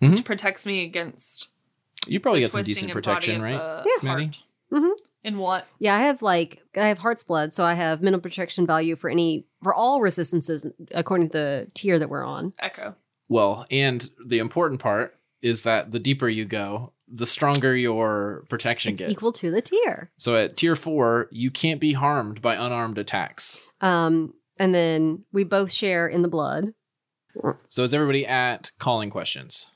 C: Mhm.
D: which protects me against
C: you probably got some
D: twisting
C: decent
D: and body
C: protection,
D: of,
C: right?
D: uh,
C: Yeah. Maddie?
D: heart.
B: Mhm.
D: In what?
B: Yeah, I have like I have Heart's Blood, so I have minimal protection value for any for all resistances according to the tier that we're on.
D: Echo.
C: Well, and the important part is that the deeper you go, the stronger your protection
B: It's
C: gets.
B: equal to the tier.
C: so at tier four, you can't be harmed by unarmed attacks.
B: Um, and then we both share in the blood.
C: So is everybody at calling questions?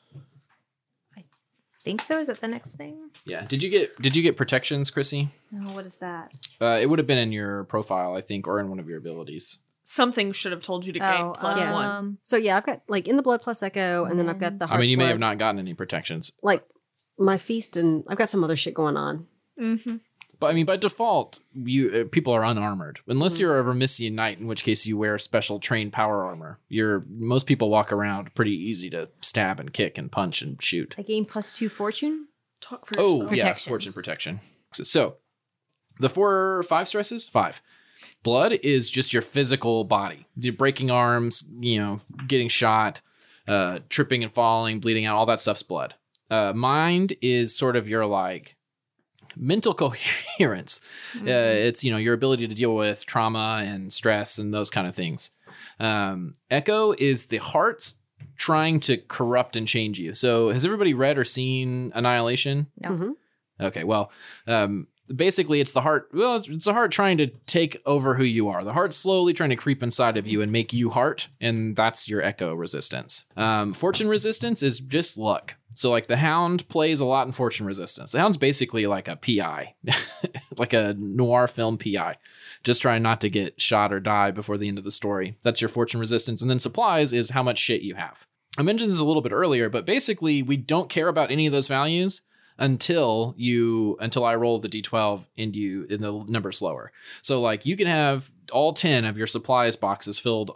A: Think so? Is it the next thing?
C: Yeah. Did you get did you get protections, Chrissy?
A: No, what is that?
C: Uh, it would have been in your profile, I think, or in one of your abilities.
D: Something should have told you to gain
A: Oh,
D: plus
B: um,
D: one.
B: So yeah, I've got like in the blood plus echo, and then I've got the
C: I
B: Heart's
C: mean, you may
B: Blood.
C: have not gotten any protections,
B: like my feast, and I've got some other shit going on.
D: Mm-hmm.
C: but I mean, by default, you uh, people are unarmored unless you're a Vermisian knight, in which case you wear special trained power armor. You're most people walk around pretty easy to stab and kick and punch and shoot.
A: I gain plus two fortune.
D: Talk for
C: Oh,
D: yourself.
C: yeah,
A: Protection.
C: fortune protection. So, so the four or five stresses, five. Blood is just your physical body. You're breaking arms, you know, getting shot, uh, tripping and falling, bleeding out, all that stuff's blood. Uh, mind is sort of your like mental coherence.
D: Mm-hmm.
C: Uh, it's, you know, your ability to deal with trauma and stress and those kind of things. Um, echo is the heart trying to corrupt and change you. So, has everybody read or seen Annihilation?
A: No.
B: Mhm.
C: Okay, well, um, basically, it's the heart. Well, it's, it's the heart trying to take over who you are. The heart's slowly trying to creep inside of you and make you heart, and that's your echo resistance. Um, fortune resistance is just luck. So like the Hound plays a lot in Fortune Resistance. The Hound's basically like a PI, like a noir film PI, just trying not to get shot or die before the end of the story. That's your Fortune Resistance, and then supplies is how much shit you have. I mentioned this a little bit earlier, but basically we don't care about any of those values until you until I roll the d12 and you and the number's lower. So like you can have all 10 of your supplies boxes filled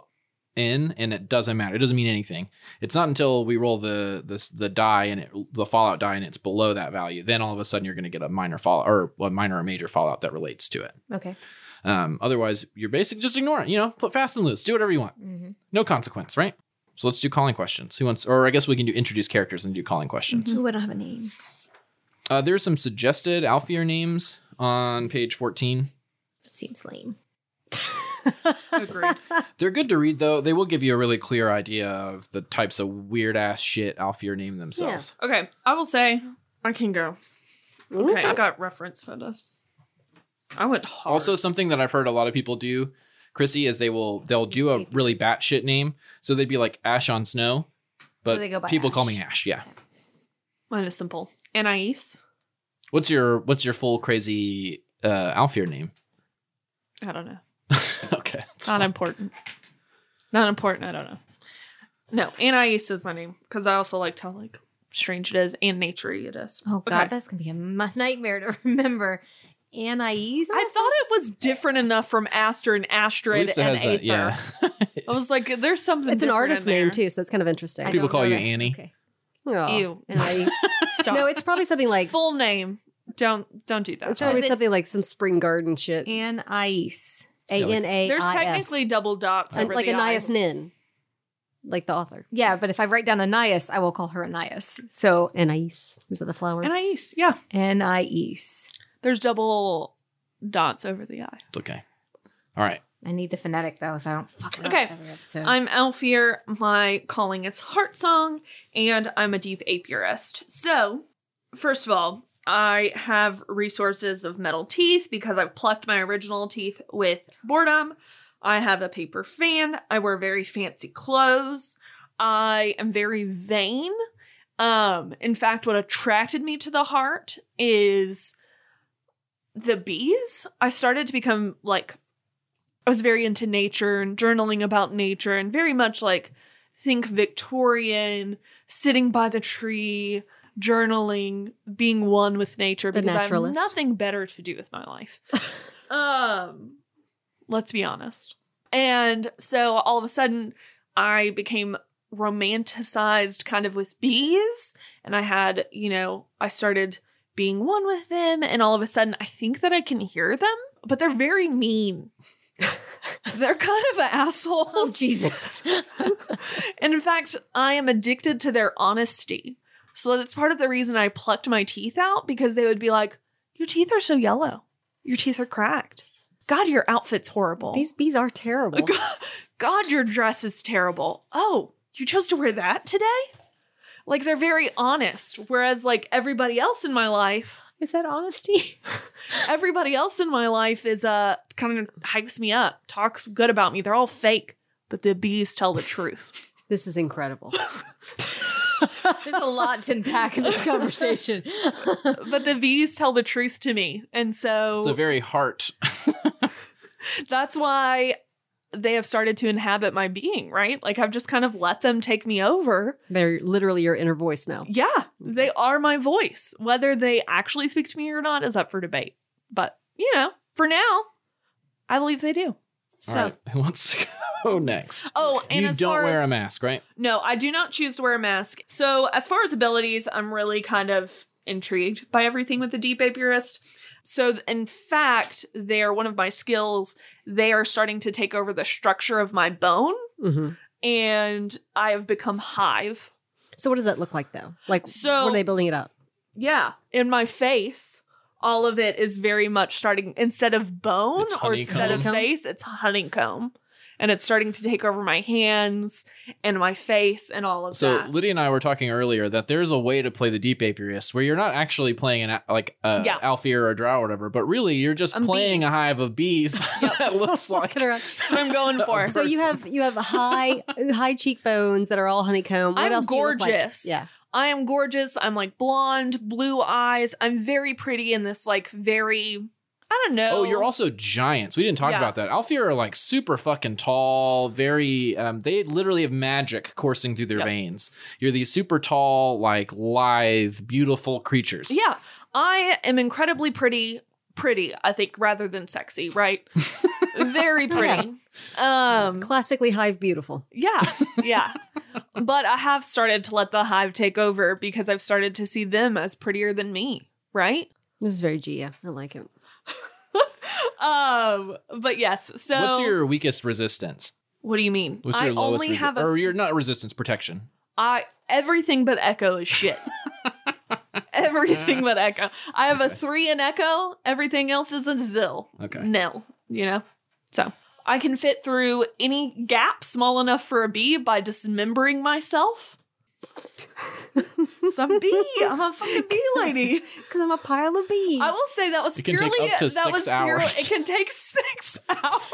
C: in and it doesn't matter. It doesn't mean anything. It's not until we roll the the, the die and it, the fallout die and it's below that value, then all of a sudden you're going to get a minor fallout or a minor or major fallout that relates to it.
A: Okay.
C: Um, otherwise, you're basically just ignore it. You know, put fast and loose. Do whatever you want.
A: Mm-hmm.
C: No consequence, right? So let's do calling questions. Who wants? Or I guess we can do introduce characters and do calling questions.
A: Ooh, I don't have a name.
C: Uh, there's some suggested Alfier names on page 14.
A: That seems lame.
D: Agreed.
C: They're good to read, though. They will give you a really clear idea of the types of weird ass shit Alfier name themselves.
D: Okay, I will say I can go.
B: Mm-hmm.
D: Okay, I got reference photos. I went hard.
C: Also, something that I've heard a lot of people do, Chrissy, is they will they'll do a really batshit name. So they'd be like Ash on Snow, but
A: So they go by
C: people call
A: Ash.
C: me Ash. Yeah.
D: mine is simple. Anais.
C: What's your What's your full crazy uh, Alfier name?
D: I don't know.
C: okay. that's fine.
D: Not important. Not important. I don't know. No, Anais is my name because I also liked how like strange it is and naturey it is.
A: Oh God,
D: Okay.
A: that's gonna be a m- nightmare to remember. Anais.
D: I thought it was different enough from Aster and Astrid
C: Lisa
D: and
C: has
D: Aether.
C: that. Yeah.
D: I was like, there's something.
B: It's an
D: different
B: artist
D: in there.
B: name too, so that's kind of
A: I
B: interesting.
C: People
A: don't
C: call
A: know
C: you
A: that.
C: Annie.
A: Okay.
B: Aw.
D: Ew.
B: Nice.
D: Stop.
B: no, it's probably something like
D: full name. Don't don't do that.
B: It's
A: So
B: probably
A: is it-
B: something like some spring garden shit. A
A: Anais.
C: Yeah, like-
B: N A.
D: There's
B: I S.
D: technically double dots.
B: Like-
D: over
B: like
D: the
B: Anais
D: eyes.
B: Nin, like the author.
A: Yeah, but if I write down Anais, I will call her Anais. So
B: Anais is that the flower?
D: Anais. Yeah.
A: Anais.
D: There's double dots over the eye.
C: It's okay. All right.
A: I need the phonetic though, so I don't fucking
D: Okay.
A: every episode.
D: I'm Alfier. My calling is heart song, and I'm a deep apiarist. So, first of all, I have resources of metal teeth because I've plucked my original teeth with boredom. I have a paper fan. I wear very fancy clothes. I am very vain. Um, in fact, what attracted me to the heart is the bees. I started to become like I was very into nature and journaling about nature and very much like think Victorian, sitting by the tree, journaling, being one with nature
B: The
D: because I have
B: naturalist.
D: nothing better to do with my life. um let's be honest. And so all of a sudden I became romanticized kind of with bees and I had, you know, I started being one with them and all of a sudden I think that I can hear them, but they're very mean. they're kind of assholes.
A: oh Jesus.
D: And in fact, I am addicted to their honesty. So that's part of the reason I plucked my teeth out because they would be like, Your teeth are so yellow. Your teeth are cracked. God, your outfit's horrible.
B: These bees are terrible.
D: God, God, your dress is terrible. Oh, you chose to wear that today? Like they're very honest. Whereas, like everybody else in my life,
A: Is that honesty?
D: everybody else in my life is uh kind of hypes me up, talks good about me. They're all fake, but the bees tell the truth.
B: This is incredible.
A: There's a lot to unpack in this conversation.
D: but the V's tell the truth to me. And so
C: It's a very heart.
D: that's why they have started to inhabit my being, right? Like I've just kind of let them take me over.
B: They're literally your inner voice now.
D: Yeah, they are my voice. Whether they actually speak to me or not is up for debate. But, you know, for now, I believe they do. So,
C: All right. Who wants to go next?
D: oh, and
C: you
D: as
C: don't
D: far
C: wear
D: as,
C: a mask, right?
D: No, I do not choose to wear a mask. So, as far as abilities, I'm really kind of intrigued by everything with the Deep Apiarist. So, th- in fact, they're one of my skills. They are starting to take over the structure of my bone,
B: Mm-hmm.
D: and I have become hive.
B: So what does that look like though? Like
D: So-
B: were they building it up?
D: Yeah, in my face, all of it is very much starting instead of bone
C: It's
D: or instead of
B: honeycomb.
D: face, it's honeycomb. And it's starting to take over my hands and my face and all of
C: So
D: that.
C: Lydia and I were talking earlier that there's a way to play the deep apiarist where you're not actually playing an a- like a
D: Yeah.
C: alpha or a drow or whatever, but really you're just
D: I'm
C: playing a hive of bees that looks like.
B: Walking around.
D: That's what I'm going for.
B: So you have you have high high cheekbones that are all honeycomb. What
D: I'm
B: else do you look like?
D: gorgeous.
B: Yeah.
D: I am gorgeous. I'm like blonde, blue eyes. I'm very pretty in this like very I don't know.
C: Oh, you're also giants. We didn't talk
D: Yeah.
C: about that. Alfheer are like super fucking tall, very um, they literally have magic coursing through their
D: Yep.
C: veins. You're these super tall, like lithe, beautiful creatures.
D: Yeah. I am incredibly pretty, pretty, I think, rather than sexy, right? Very pretty. Um
B: Classically hive beautiful.
D: yeah, yeah. But I have started to let the hive take over because I've started to see them as prettier than me, right?
B: This is very Gia. I like it.
D: Um, but yes, so
C: What's your weakest resistance?
D: what do you mean?
C: What's
D: I
C: your lowest
D: only
C: resi-
D: have a
C: or your not resistance protection?
D: I everything but echo is shit. everything but echo. I have a
C: Okay.
D: three in echo. Everything else is a zil.
C: Okay.
D: Nil. You know. So I can fit through any gap small enough for a bee by dismembering myself. so I'm a bee. I'm a fucking bee lady.
B: Because I'm a pile of bees.
D: I will say that was
C: It can take
D: purely
C: up to
D: that
C: six
D: was purely
C: hours.
D: it can take six hours.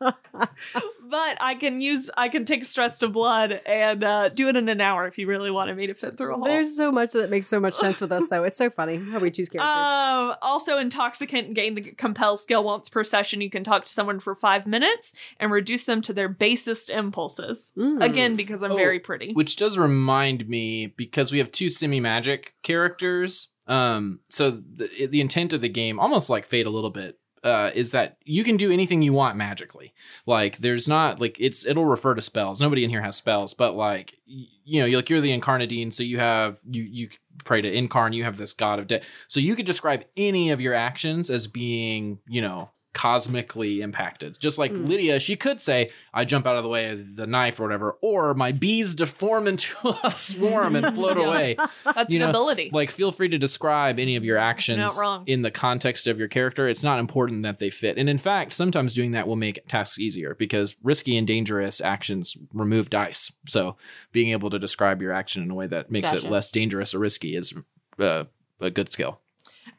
D: but I can use I can take stress to blood and uh, do it in an hour if you really wanted me to fit through a hole.
B: There's so much that makes so much sense with us, though. It's so funny how we choose characters.
D: um, also intoxicant and gain the compel skill once per session. You can talk to someone for five minutes and reduce them to their basest impulses.
B: Mm.
D: Again, because I'm
C: Oh.
D: very pretty.
C: Which does remind me because we have two semi magic characters. Um, so the, the intent of the game, almost like Fate a little bit, uh, is that you can do anything you want magically. Like there's not like it's it'll refer to spells. Nobody in here has spells, but like y- you know, you're like you're the incarnadine, so you have you you pray to incarn. You have this god of death, so you could describe any of your actions as being you know cosmically impacted. Just like
B: Mm.
C: Lydia, she could say, "I jump out of the way of the knife or whatever," or my bees deform into a swarm and float
D: Yeah.
C: away.
D: That's
C: you
D: an
C: know,
D: ability.
C: Like, feel free to describe any of your actions
D: Not wrong.
C: in the context of your character. It's not important that they fit. And in fact, sometimes doing that will make tasks easier because risky and dangerous actions remove dice. So, being able to describe your action in a way that makes
A: Gotcha.
C: it less dangerous or risky is uh, a good skill.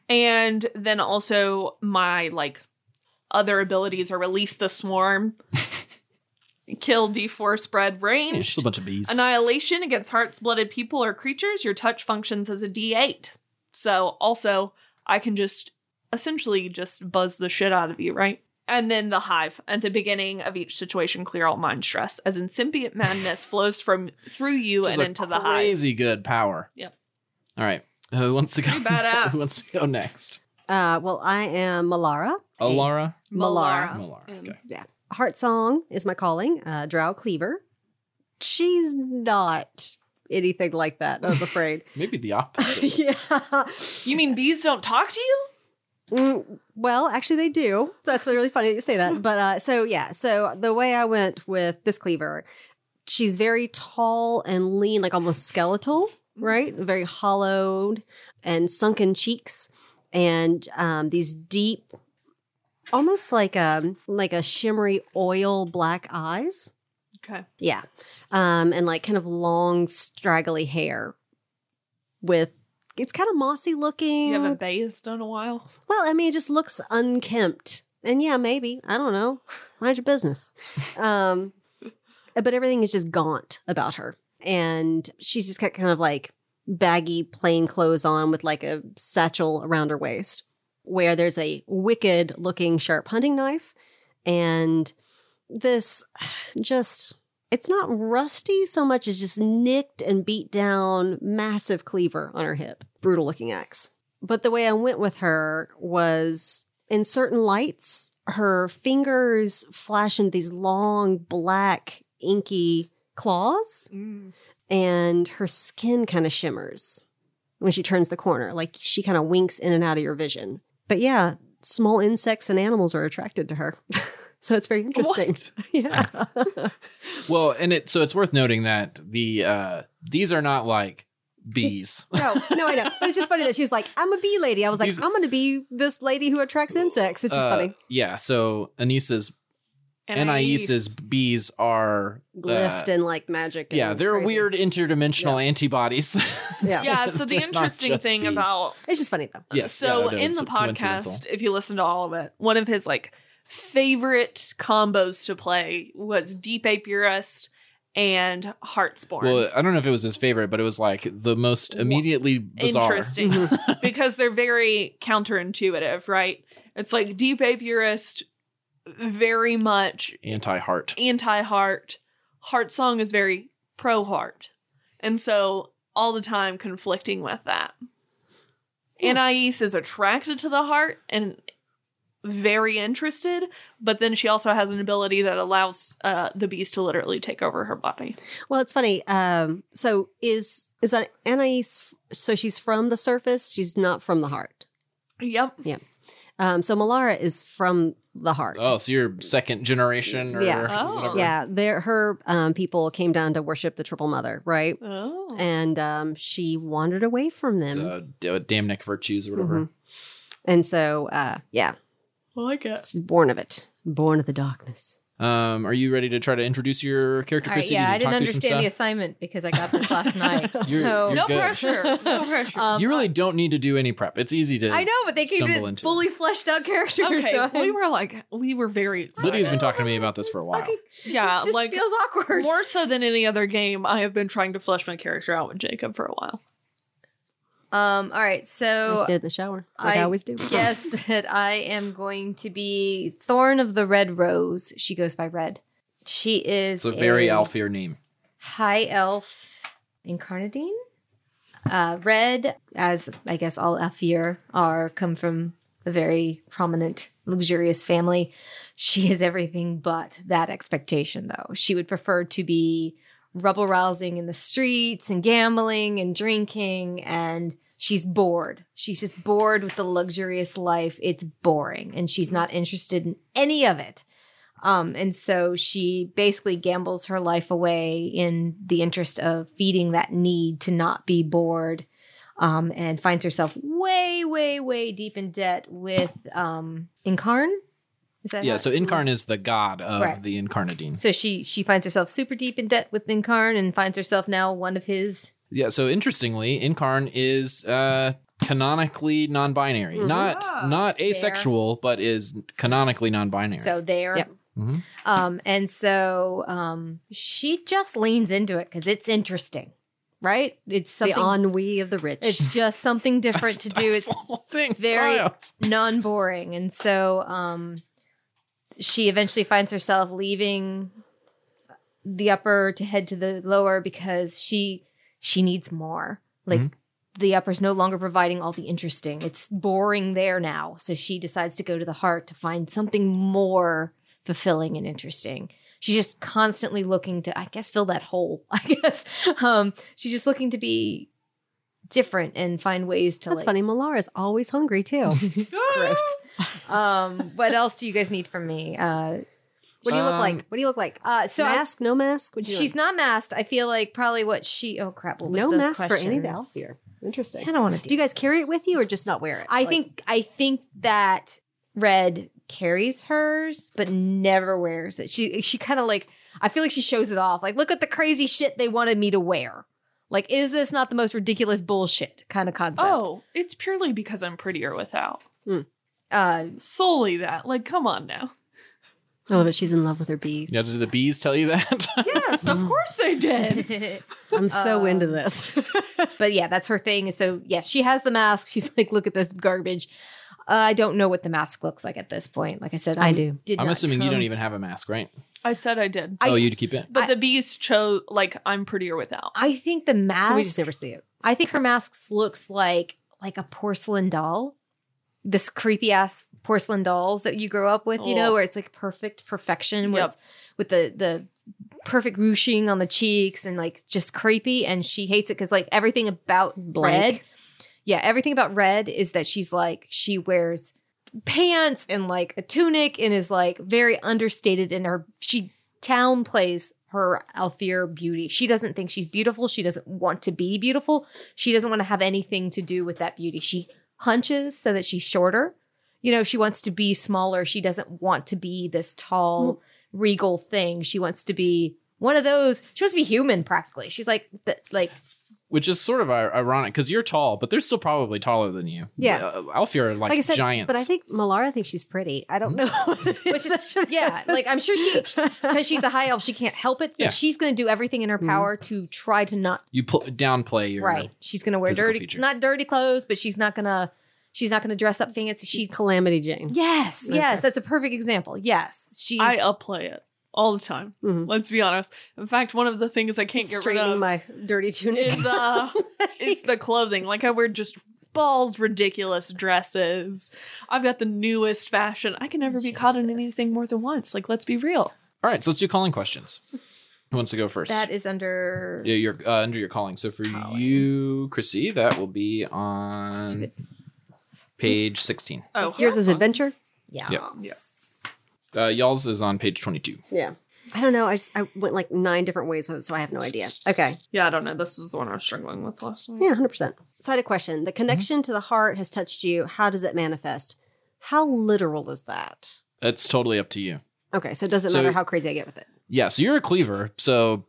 D: and then also my like other abilities are release the swarm kill d4 spread
C: Yeah, it's
D: range
C: just a bunch of bees.
D: annihilation against hearts blooded people or creatures your touch functions as a d8 so also i can just essentially just buzz the shit out of you right and then the hive at the beginning of each situation clear all mind stress as incipient madness flows from through you
C: Just
D: and
C: a
D: into the hive
C: crazy good power.
D: Yep.
C: All right. Uh, who wants to go?
D: Pretty badass.
C: Who wants to go next?
B: Uh, well, I am Malara.
C: Alara.
B: Malara.
C: Malara.
D: Um,
C: Okay.
B: Heart Song is my calling. Uh, Drow Cleaver. She's not anything like that, I'm afraid.
C: Maybe the opposite.
B: yeah.
D: you mean bees don't talk to you
B: Mm, well, actually, they do. So that's really funny that you say
D: Hmm.
B: that. But uh, so, yeah. So the way I went with this Cleaver, she's very tall and lean, like almost skeletal,
D: Hmm.
B: right? Very hollowed and sunken cheeks, and um, these deep, almost like um like a shimmery oil black eyes.
D: okay
B: Yeah. Um, and like kind of long, straggly hair with it's kind of mossy looking.
D: you haven't bathed in a while
B: well, I mean, it just looks unkempt. And yeah, maybe. I don't know. Mind your business. Um, but everything is just gaunt about her. And she's just got kind of like baggy plain clothes on with like a satchel around her waist, where there's a wicked looking sharp hunting knife. And this just, it's not rusty so much as just nicked and beat down, massive cleaver on her hip. Brutal looking axe. But the way I went with her was in certain lights, her fingers flash in these long, black, inky claws,
D: Mm.
B: and her skin kind of shimmers when she turns the corner. Like she kind of winks in and out of your vision. But yeah, small insects and animals are attracted to her. so it's very interesting. Yeah.
C: Well, and it so it's worth noting that the uh these are not like bees.
B: no, no, I know. But it's just funny that she was like, I'm a bee lady. I was like,
C: These-
B: I'm going to be this lady who attracts insects. It's just
C: Uh,
B: funny.
C: Yeah, so Anisa's
B: E
C: Anisa's E bees are
B: Glyph
C: uh,
B: and like magic. and
C: yeah, they're
B: crazy.
C: weird interdimensional antibodies.
B: Yeah.
D: yeah so the
C: They're not
D: interesting
C: just
D: thing
C: bees.
D: about
B: It's just funny though.
C: yes.
D: so
C: yeah, no,
D: in
C: it's
D: the
C: coincidental.
D: podcast if you listen to all of it one of his like favorite combos to play was deep apiurist and Heartsborn.
C: Well, I don't know if it was his favorite, but it was like the most immediately bizarre.
D: Interesting. because they're very counterintuitive, right? It's like deep apiarist, very much
C: Anti heart.
D: anti heart. Heart song is very pro heart. And so all the time conflicting with that.
A: Hmm.
D: Anais is attracted to the heart and very interested, but then she also has an ability that allows uh, the beast to literally take over her body.
B: Well, it's funny. Um, so is is that Anais? f- So she's from the surface. She's not from the heart.
D: Yep.
B: Um, so Malara is from the heart.
C: Oh, so you're second generation or
B: Yeah.
D: Oh.
C: whatever.
B: Yeah, their her um, people came down to worship the Triple Mother, right?
D: Oh.
B: And um, she wandered away from them,
C: Uh, d- uh, Damnic virtues or whatever.
B: Mhm. and so uh, yeah,
D: I like it.
B: she's born of it, born of the darkness.
C: Um, are you ready to try to introduce your character,
A: All right,
C: Chrissy?
A: yeah,
C: You
A: I
C: can
A: didn't
C: talk through some
A: understand the
C: stuff?
A: assignment because I got this last night.
C: You're-
A: so
C: you're
D: No
C: good.
D: pressure. No pressure.
B: Um,
C: You really don't need to do any prep. It's easy to.
A: I know, but they keep
C: stumble
A: it
C: into
A: fully fleshed out characters.
D: okay,
A: so
D: we were like, we were very excited.
C: Lydia's been talking to me about this for a while.
D: yeah,
A: It just
D: Uh, like
A: feels awkward.
D: more so than any other game. I have been trying to flesh my character out with Jacob for a while.
A: Um. All right.
B: I
A: So
B: just did in the shower, like I,
A: I
B: always do.
A: guess that I am going to be Thorn of the Red Rose. She goes by Red. She is
C: It's a very Alfier name.
A: high elf incarnadine. Uh, red, as I guess all Alfir are, come from a very prominent, luxurious family. She is everything but that expectation, though. She would prefer to be rubble rousing in the streets and gambling and drinking, and she's bored. She's just bored with the luxurious life. It's boring, and she's not interested in any of it. Um, and so she basically gambles her life away in the interest of feeding that need to not be bored um, and finds herself way, way, way deep in debt with um, Incarn. Is that
C: Yeah,
A: how-
C: so Incarn is the god of
A: Right.
C: the Incarnadine.
A: So she she finds herself super deep in debt with Incarn and finds herself now one of his.
C: Yeah, so interestingly, Incarn is uh canonically non-binary.
A: Mm-hmm.
B: Mhm.
C: Not
D: Ah,
C: not asexual, but is canonically non-binary.
A: So there.
B: Yep.
C: Mhm.
A: Um, and so um, she just leans into it because it's interesting, right? It's something.
B: the ennui of the rich.
A: it's just something different to do.
C: That's
A: It's
C: the whole thing.
A: very-
C: Bios.
A: non-boring and so um she eventually finds herself leaving the upper to head to the lower because she she needs more like
C: Mhm.
A: the upper's no longer providing all the interesting it's boring there now so she decides to go to the heart to find something more fulfilling and interesting she's just constantly looking to i guess fill that hole i guess um she's just looking to be different and find ways to
B: That's
A: like
B: funny. Malara is always hungry too.
A: gross. um, what else do you guys need from me? Uh,
B: What do you look
C: Um,
B: like? What do you look like?
A: uh, so I-
B: mask? no mask? What do you
A: she's not masked. I feel like probably what she. Oh crap! What was
B: no
A: the
B: mask for any of the elf
A: questions?
B: here. Interesting.
A: I don't want to
B: Do you guys carry it with you or just not wear it?
A: I
B: Like-
A: think I think that Red carries hers, but never wears it. She she kind of like I feel like she shows it off. Like, look at the crazy shit they wanted me to wear. Like, is this not the most ridiculous bullshit kind of concept?
D: Oh, it's purely because I'm prettier without.
A: uh,
D: Solely that. Like, come on now.
B: Oh, but she's in love with her bees.
C: Yeah, did the bees tell you that?
D: Yes, of course they did.
B: I'm so
A: Um,
B: into this.
A: but yeah, that's her thing. So yeah, she has the mask. She's like, look at this garbage. Uh, I don't know what the mask looks like at this point. Like I said,
B: I
A: I'm-
B: do.
A: Did
C: I'm
A: not
C: assuming you
A: come-
C: don't even have a mask, right?
D: I said I did.
A: Um, I-
C: oh, you'd keep it.
D: But
A: I-
D: the bees chose like I'm prettier without.
A: I think the mask.
B: so we just never see it.
A: I think her mask looks like like a porcelain doll. This creepy ass porcelain dolls that you grow up with, you know,
D: Oh.
A: where it's like perfect perfection, where
D: Yep.
A: it's with the the perfect ruching on the cheeks and like just creepy. And she hates it because like everything about
B: Blank.
A: red, yeah, everything about red is that she's like she wears pants and like a tunic and is like very understated in her she town plays her Alfear beauty. She doesn't think she's beautiful. She doesn't want to be beautiful. She doesn't want to have anything to do with that beauty. She hunches so that she's shorter. You know, she wants to be smaller. She doesn't want to be this tall, regal thing. She wants to be one of those. She wants to be human practically. She's like, th- like
C: which is sort of i- ironic because you're tall, but they're still probably taller than you.
B: Yeah.
C: uh, Alfia are like,
B: Like I said,
C: giants. Hmm.
B: but I think Malara thinks she's pretty. I don't know.
A: Which is yeah, like I'm sure she because she's a high elf, she can't help it. But
C: Yeah.
A: she's going to do everything in her power to try to not
C: you pl- downplay your
A: right. She's going to wear
C: physical
A: dirty,
C: feature.
A: not dirty clothes, but she's not going to she's not going to dress up fancy. She's
B: she's Calamity Jane.
A: yes,
B: Okay.
A: yes, that's a perfect example. Yes, she's
D: I upplay it all the time.
B: Mhm.
D: Let's be honest. In fact, one of the things I can't get rid
B: Straightening
D: of
B: my dirty tunic.
D: is uh is the clothing. Like I wear just balls ridiculous dresses. I've got the newest fashion. I can never be caught in
A: Jesus.
D: anything more than once. Like let's be real.
C: All right, so let's do calling questions. Who wants to go first?
A: that is under
C: yeah, you're uh, under your calling. So for you, Chrissy, that will be on
A: Stupid.
C: page 16.
D: Oh,
B: Here's his adventure.
A: yeah.
C: Yeah. Uh, y'all's is on page 22.
B: Yeah. I don't know. I just I went like nine different ways with it, so I have no idea. Okay.
D: Yeah, I don't know. This was the one I was struggling with last night.
B: Yeah, 100%. So I had a question. The connection to the heart has touched you. How does it manifest? How literal is that?
C: It's totally up to you.
B: Okay, so it doesn't
C: So-
B: matter how crazy I get with it.
C: Yeah, so you're a cleaver, so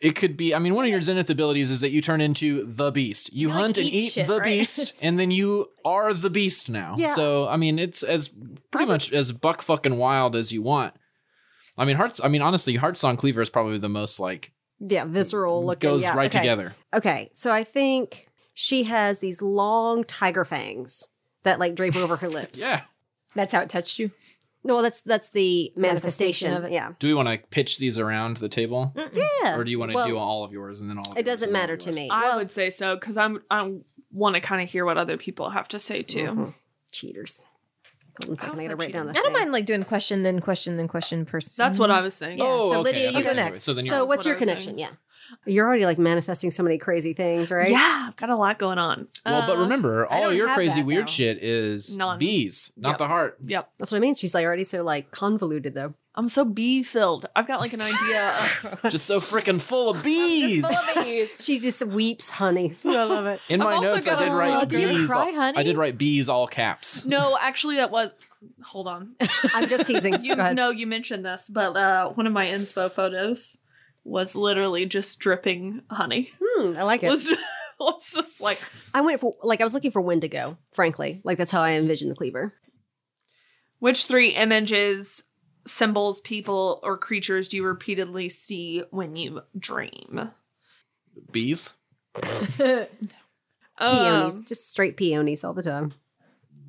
C: it could be. I mean, one of your zenith abilities is that you turn into the beast. You
A: You, like,
C: hunt and
A: eat
C: eat
A: shit,
C: the
A: right?
C: beast, and then you are the beast now.
B: Yeah.
C: So I mean, it's as pretty much as buck fucking wild as you want. I mean, hearts. I mean, honestly, hearts on cleaver is probably the most like
B: Yeah, visceral looking.
C: goes
B: yeah,
C: right
B: okay.
C: together.
B: Okay, so I think she has these long tiger fangs that like drape over her lips.
C: Yeah.
A: That's how it touched you.
B: No, well, that's that's the manifestation,
A: Manifestation of it.
B: Yeah.
C: Do we want to pitch these around the table,
B: Yeah.
C: or do you want to
B: Well,
C: do all of yours and then all? Of
B: It
C: yours
B: doesn't
C: and all of
B: matter to
C: yours?
B: me.
D: I
B: well,
D: would say so because I'm I want to kind of hear what other people have to say too.
B: mhm. cheaters. Hold on a second, I
D: was
B: gotta
D: that
B: write down the
A: I don't
B: thing.
A: mind like doing question then question then question person.
D: That's
B: Mm-hmm.
D: what I was saying.
A: Yeah.
C: Oh,
A: So,
C: okay,
A: Lydia,
C: I
A: you go
C: thought-
A: next.
C: So then you're
B: So,
D: That's
B: what's
D: what
B: your
D: I was
B: connection? Yeah, you're already like manifesting so many crazy things, right?
D: Yeah, I've got a lot going on.
C: Well, but
D: Uh,
C: remember,
A: I
C: all
A: don't
C: your
A: have
C: crazy
A: that,
C: weird
A: though.
C: shit is
D: None.
C: bees, not
D: Yep.
C: the heart.
D: Yep.
B: That's what I mean. She's like already so like convoluted though.
D: I'm so bee filled. I've got like an idea. Of,
C: Just so freaking full of bees.
B: She just weeps, honey. I love it.
C: In
D: I've
C: my
D: also
C: notes, I
D: got
C: did
D: a
C: write
D: lot. Do you
C: bees.
A: cry,
C: all-
A: honey?
C: I did write bees all caps.
D: no, actually, that was. Hold on.
B: I'm just teasing.
D: You
B: Go ahead.
D: know, you mentioned this, but uh, one of my inspo photos was literally just dripping honey.
B: Hmm, I like it.
D: Was, was just like
B: I went for like I was looking for Wendigo, frankly. Like that's how I envisioned the cleaver.
D: which three images, symbols, people, or creatures do you repeatedly see when you dream?
C: Bees?
B: Peonies,
D: Um,
B: just straight peonies all the time.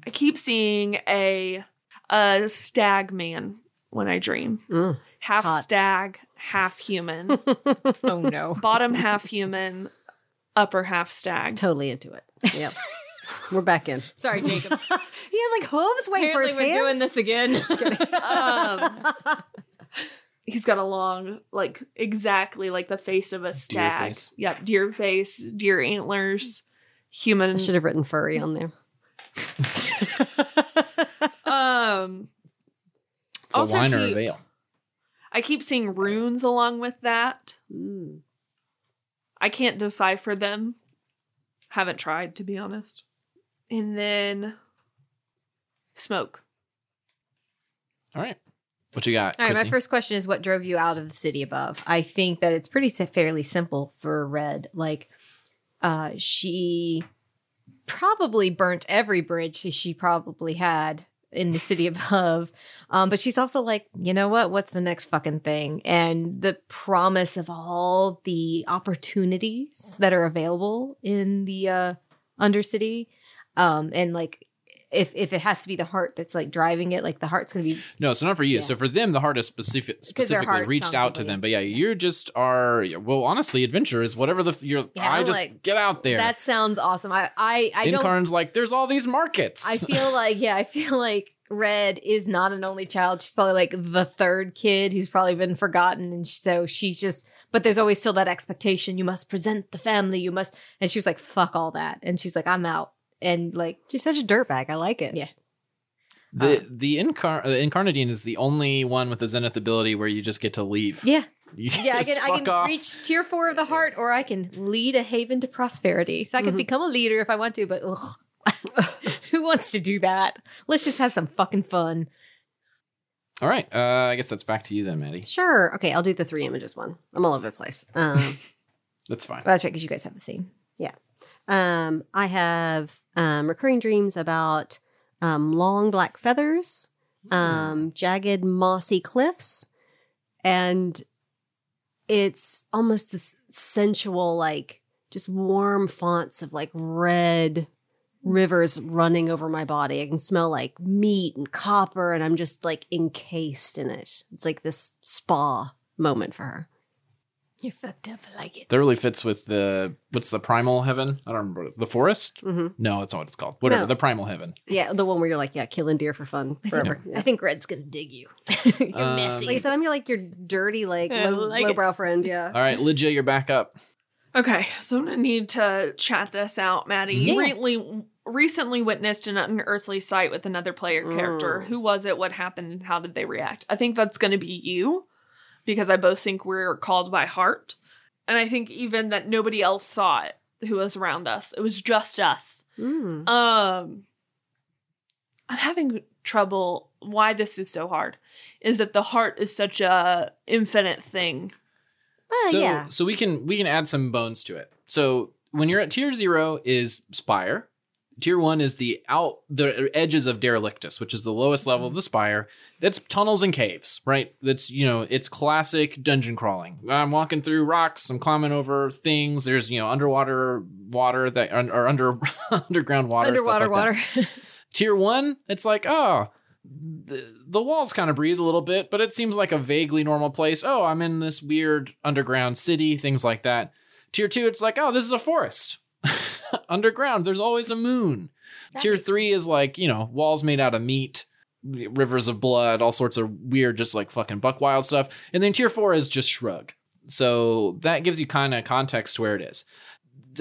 D: I keep seeing a a stag man when I dream.
B: Mm.
D: Half
B: Hot.
D: stag, half human.
A: oh no.
D: Bottom half human, upper half stag.
B: Totally into it. Yep. We're back in.
A: Sorry, Jacob.
B: He has like hooves waiting
A: Apparently,
B: for
A: we're
B: his hands.
A: doing this again.
D: Um, he's got a long, like exactly like the face of a stag.
C: face.
D: Yep, deer face, deer antlers, human.
B: I should have written furry on there.
D: Um,
C: It's a
D: Also
C: wine or a
D: cute.
C: veil.
D: I keep seeing runes along with that.
B: Mm.
D: I can't decipher them. Haven't tried to be honest. And then smoke.
C: All right. What you got?
A: All right, my
C: Chrissy?
A: first question is what drove you out of the city above? I think that it's pretty si- fairly simple for Red. Like, uh, she probably burnt every bridge that she probably had in the city above. Um, but she's also like, you know what? What's the next fucking thing? And the promise of all the opportunities that are available in the uh, Undercity. Um, and like, if, if it has to be the heart that's like driving it, like the heart's gonna be
C: No, so not for you.
A: Yeah.
C: So for them, the hardest specific, specifically
A: heart's on
C: reached out to
A: the
C: them. But yeah, you're just are. Well, honestly, adventure is whatever the f- you're.
A: Yeah,
C: I just
A: like,
C: get out there.
A: That sounds awesome. I I, I don't.
C: Incarn's like, there's all these markets.
A: I feel like yeah. I feel like Red is not an only child. She's probably like the third kid who's probably been forgotten, and so she's just. But there's always still that expectation. You must present the family. You must. And she was like, "Fuck all that," and she's like, "I'm out." And like,
B: She's such a dirtbag. I like it.
A: Yeah.
C: the
A: uh,
C: the incar the incarnadine is the only one with the zenith ability where you just get to leave.
A: yeah,
C: You
A: yeah. I
C: just
A: can I
C: fuck
A: can
C: off.
A: reach tier four of the heart, or I can lead a haven to prosperity. So I can
B: Mhm.
A: become a leader if I want to. But ugh, who wants to do that? Let's just have some fucking fun.
C: All right. Uh, I guess that's back to you then, Maddie.
B: Sure. Okay, I'll do the three images one. I'm all over the place. Um,
C: That's fine.
A: Well, that's right, because you guys have the same.
B: Um, I have um, recurring dreams about um, long black feathers, um, jagged mossy cliffs, and it's almost this sensual, like just warm fonts of like red rivers running over my body. I can smell like meat and copper, and I'm just like encased in it. It's like this spa moment for her.
A: You're fucked up. I like it.
C: That really fits with the what's the primal heaven? I don't remember what it- the forest.
B: Mm-hmm.
C: No, that's not what it's called. Whatever
B: No.
C: the primal heaven.
B: Yeah, the one where you're like, yeah, killing deer for fun forever. Yeah.
A: I think Red's gonna dig you. You're
C: Um,
A: messy.
B: Like I said, I'm your like your dirty like
D: I
B: low,
D: like it.
B: lowbrow friend. Yeah.
C: All right, Lydia, you're back up.
D: Okay, so I'm gonna need to chat this out, Maddie.
A: Yeah.
D: You Recently, recently witnessed an unearthly sight with another player character.
B: Mm.
D: Who was it? What happened? And how did they react? I think that's gonna be you, because I both think we're called by heart, and I think even that nobody else saw it who was around us. It was just us.
B: Mm.
D: Um, I'm having trouble. Why this is so hard is that the heart is such a infinite thing.
B: Uh,
C: so,
B: yeah.
C: so we can we can add some bones to it. So when you're at tier zero is spire. Tier one is the out the edges of derelictus, which is the lowest level of the spire. That's tunnels and caves, right? That's you know it's classic dungeon crawling. I'm walking through rocks, I'm climbing over things. There's you know underwater water that or under underground water, stuff
A: Underwater
C: like that.
A: water.
C: tier one, it's like, oh, the, the walls kind of breathe a little bit, but it seems like a vaguely normal place. Oh, I'm in this weird underground city, things like that. Tier two, it's like, oh, this is a forest. underground, there's always a moon.
A: That
C: tier
A: makes
C: three is like, you know, walls made out of meat, rivers of blood, all sorts of weird, just like fucking buck wild stuff. And then tier four is just shrug. So that gives you kind of context to where it is.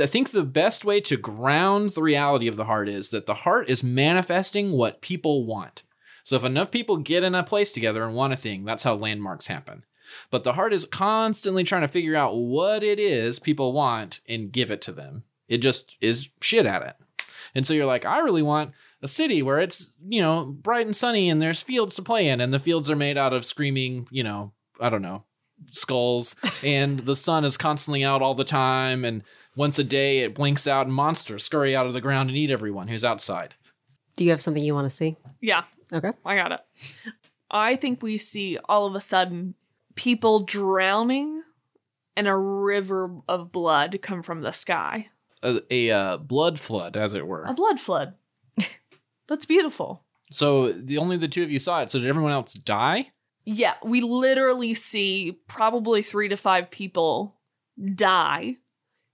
C: I think the best way to ground the reality of the heart is that the heart is manifesting what people want. So if enough people get in a place together and want a thing, that's how landmarks happen. But the heart is constantly trying to figure out what it is people want and give it to them. It just is shit at it. And so you're like, I really want a city where it's, you know, bright and sunny and there's fields to play in and the fields are made out of screaming, you know, I don't know, skulls and the sun is constantly out all the time and once a day it blinks out and monsters scurry out of the ground and eat everyone who's outside.
B: Do you have something you want to see?
D: Yeah,
B: Okay.
D: I got it. I think we see all of a sudden people drowning and a river of blood come from the sky.
C: A, a uh, blood flood, as it
D: A
B: Oh.
C: were.
D: blood flood. That's beautiful.
C: So the only the two of you saw it. So did everyone else die?
D: Yeah, we literally see probably three to five people die.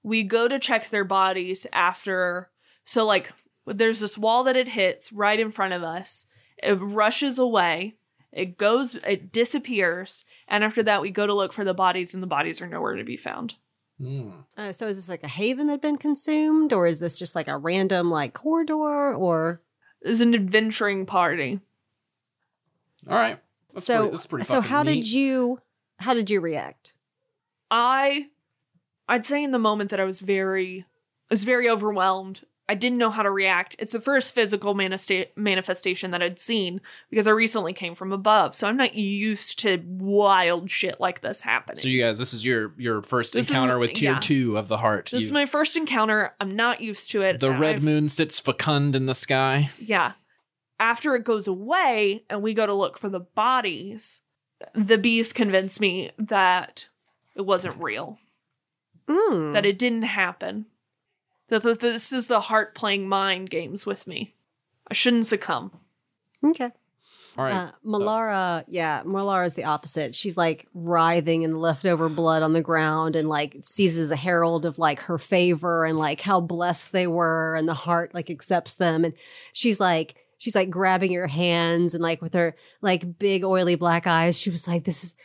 D: We go to check their bodies after. So, like, there's this wall that it hits right in front of us. It rushes away. It goes, it disappears. And after that, we go to look for the bodies, and the bodies are nowhere to be found.
C: Hmm.
B: Uh, so is this like a haven that had been consumed, or is this just like a random like corridor, or
D: It's an adventuring party.
C: All right. That's
B: so?
C: pretty, that's pretty
B: so
C: fucking
B: how
C: neat.
B: did you how did you react?
D: I I'd say in the moment that I was very I was very overwhelmed. I didn't know how to react. It's the first physical manista- manifestation that I'd seen because I recently came from above, so I'm not used to wild shit like this happening.
C: So you guys, this is your your first
D: This is-
C: encounter with tier
D: yeah.
C: two of the heart.
D: this is
C: You-
D: my first encounter. I'm not used to it.
C: the
D: and
C: red
D: I've-
C: moon sits fecund in the sky.
D: Yeah. After it goes away and we go to look for the bodies, the bees convince me that it wasn't real.
B: Mm.
D: that it didn't happen. That that this is the heart playing mind games with me. I shouldn't succumb.
B: okay.
C: All right.
B: Uh, Malara, yeah, Malara is the opposite. She's like writhing in the leftover blood on the ground and like seizes a herald of like her favor and like how blessed they were and the heart like accepts them. And she's like, she's like grabbing your hands and like with her like big oily black eyes, she was like, this is,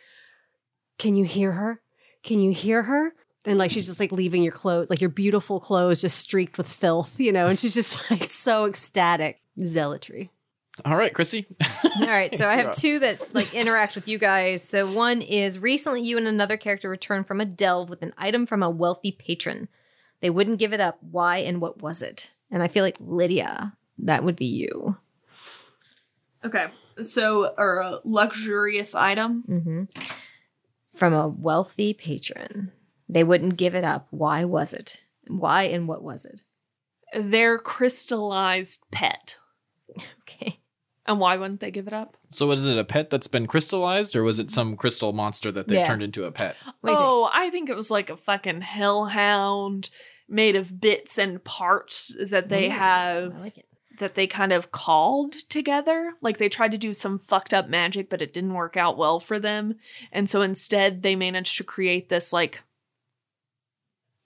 B: can you hear her? Can you hear her? And like she's just like leaving your clothes, like your beautiful clothes just streaked with filth, you know, and she's just like so ecstatic. Zealotry.
C: All right, Chrissy.
A: All right, so I
C: Yeah.
A: have two that like interact with you guys. So one is recently you and another character returned from a delve with an item from a wealthy patron. They wouldn't give it up. Why and what was it? And I feel like Lydia, that would be you.
D: Okay. So, or a luxurious item.
A: From a wealthy patron. They wouldn't give it up. Why was it? Why and what was it?
D: Their crystallized pet.
A: Okay.
D: And why wouldn't they give it up?
C: So is it a pet that's been crystallized, or was it some crystal monster that they
A: Yeah.
C: turned into a pet?
A: What do you think?
D: oh, I think it was like a fucking hellhound made of bits and parts that they
A: Ooh,
D: have
A: I like it.
D: that they kind of called together. Like they tried to do some fucked up magic, but it didn't work out well for them. And so instead, they managed to create this like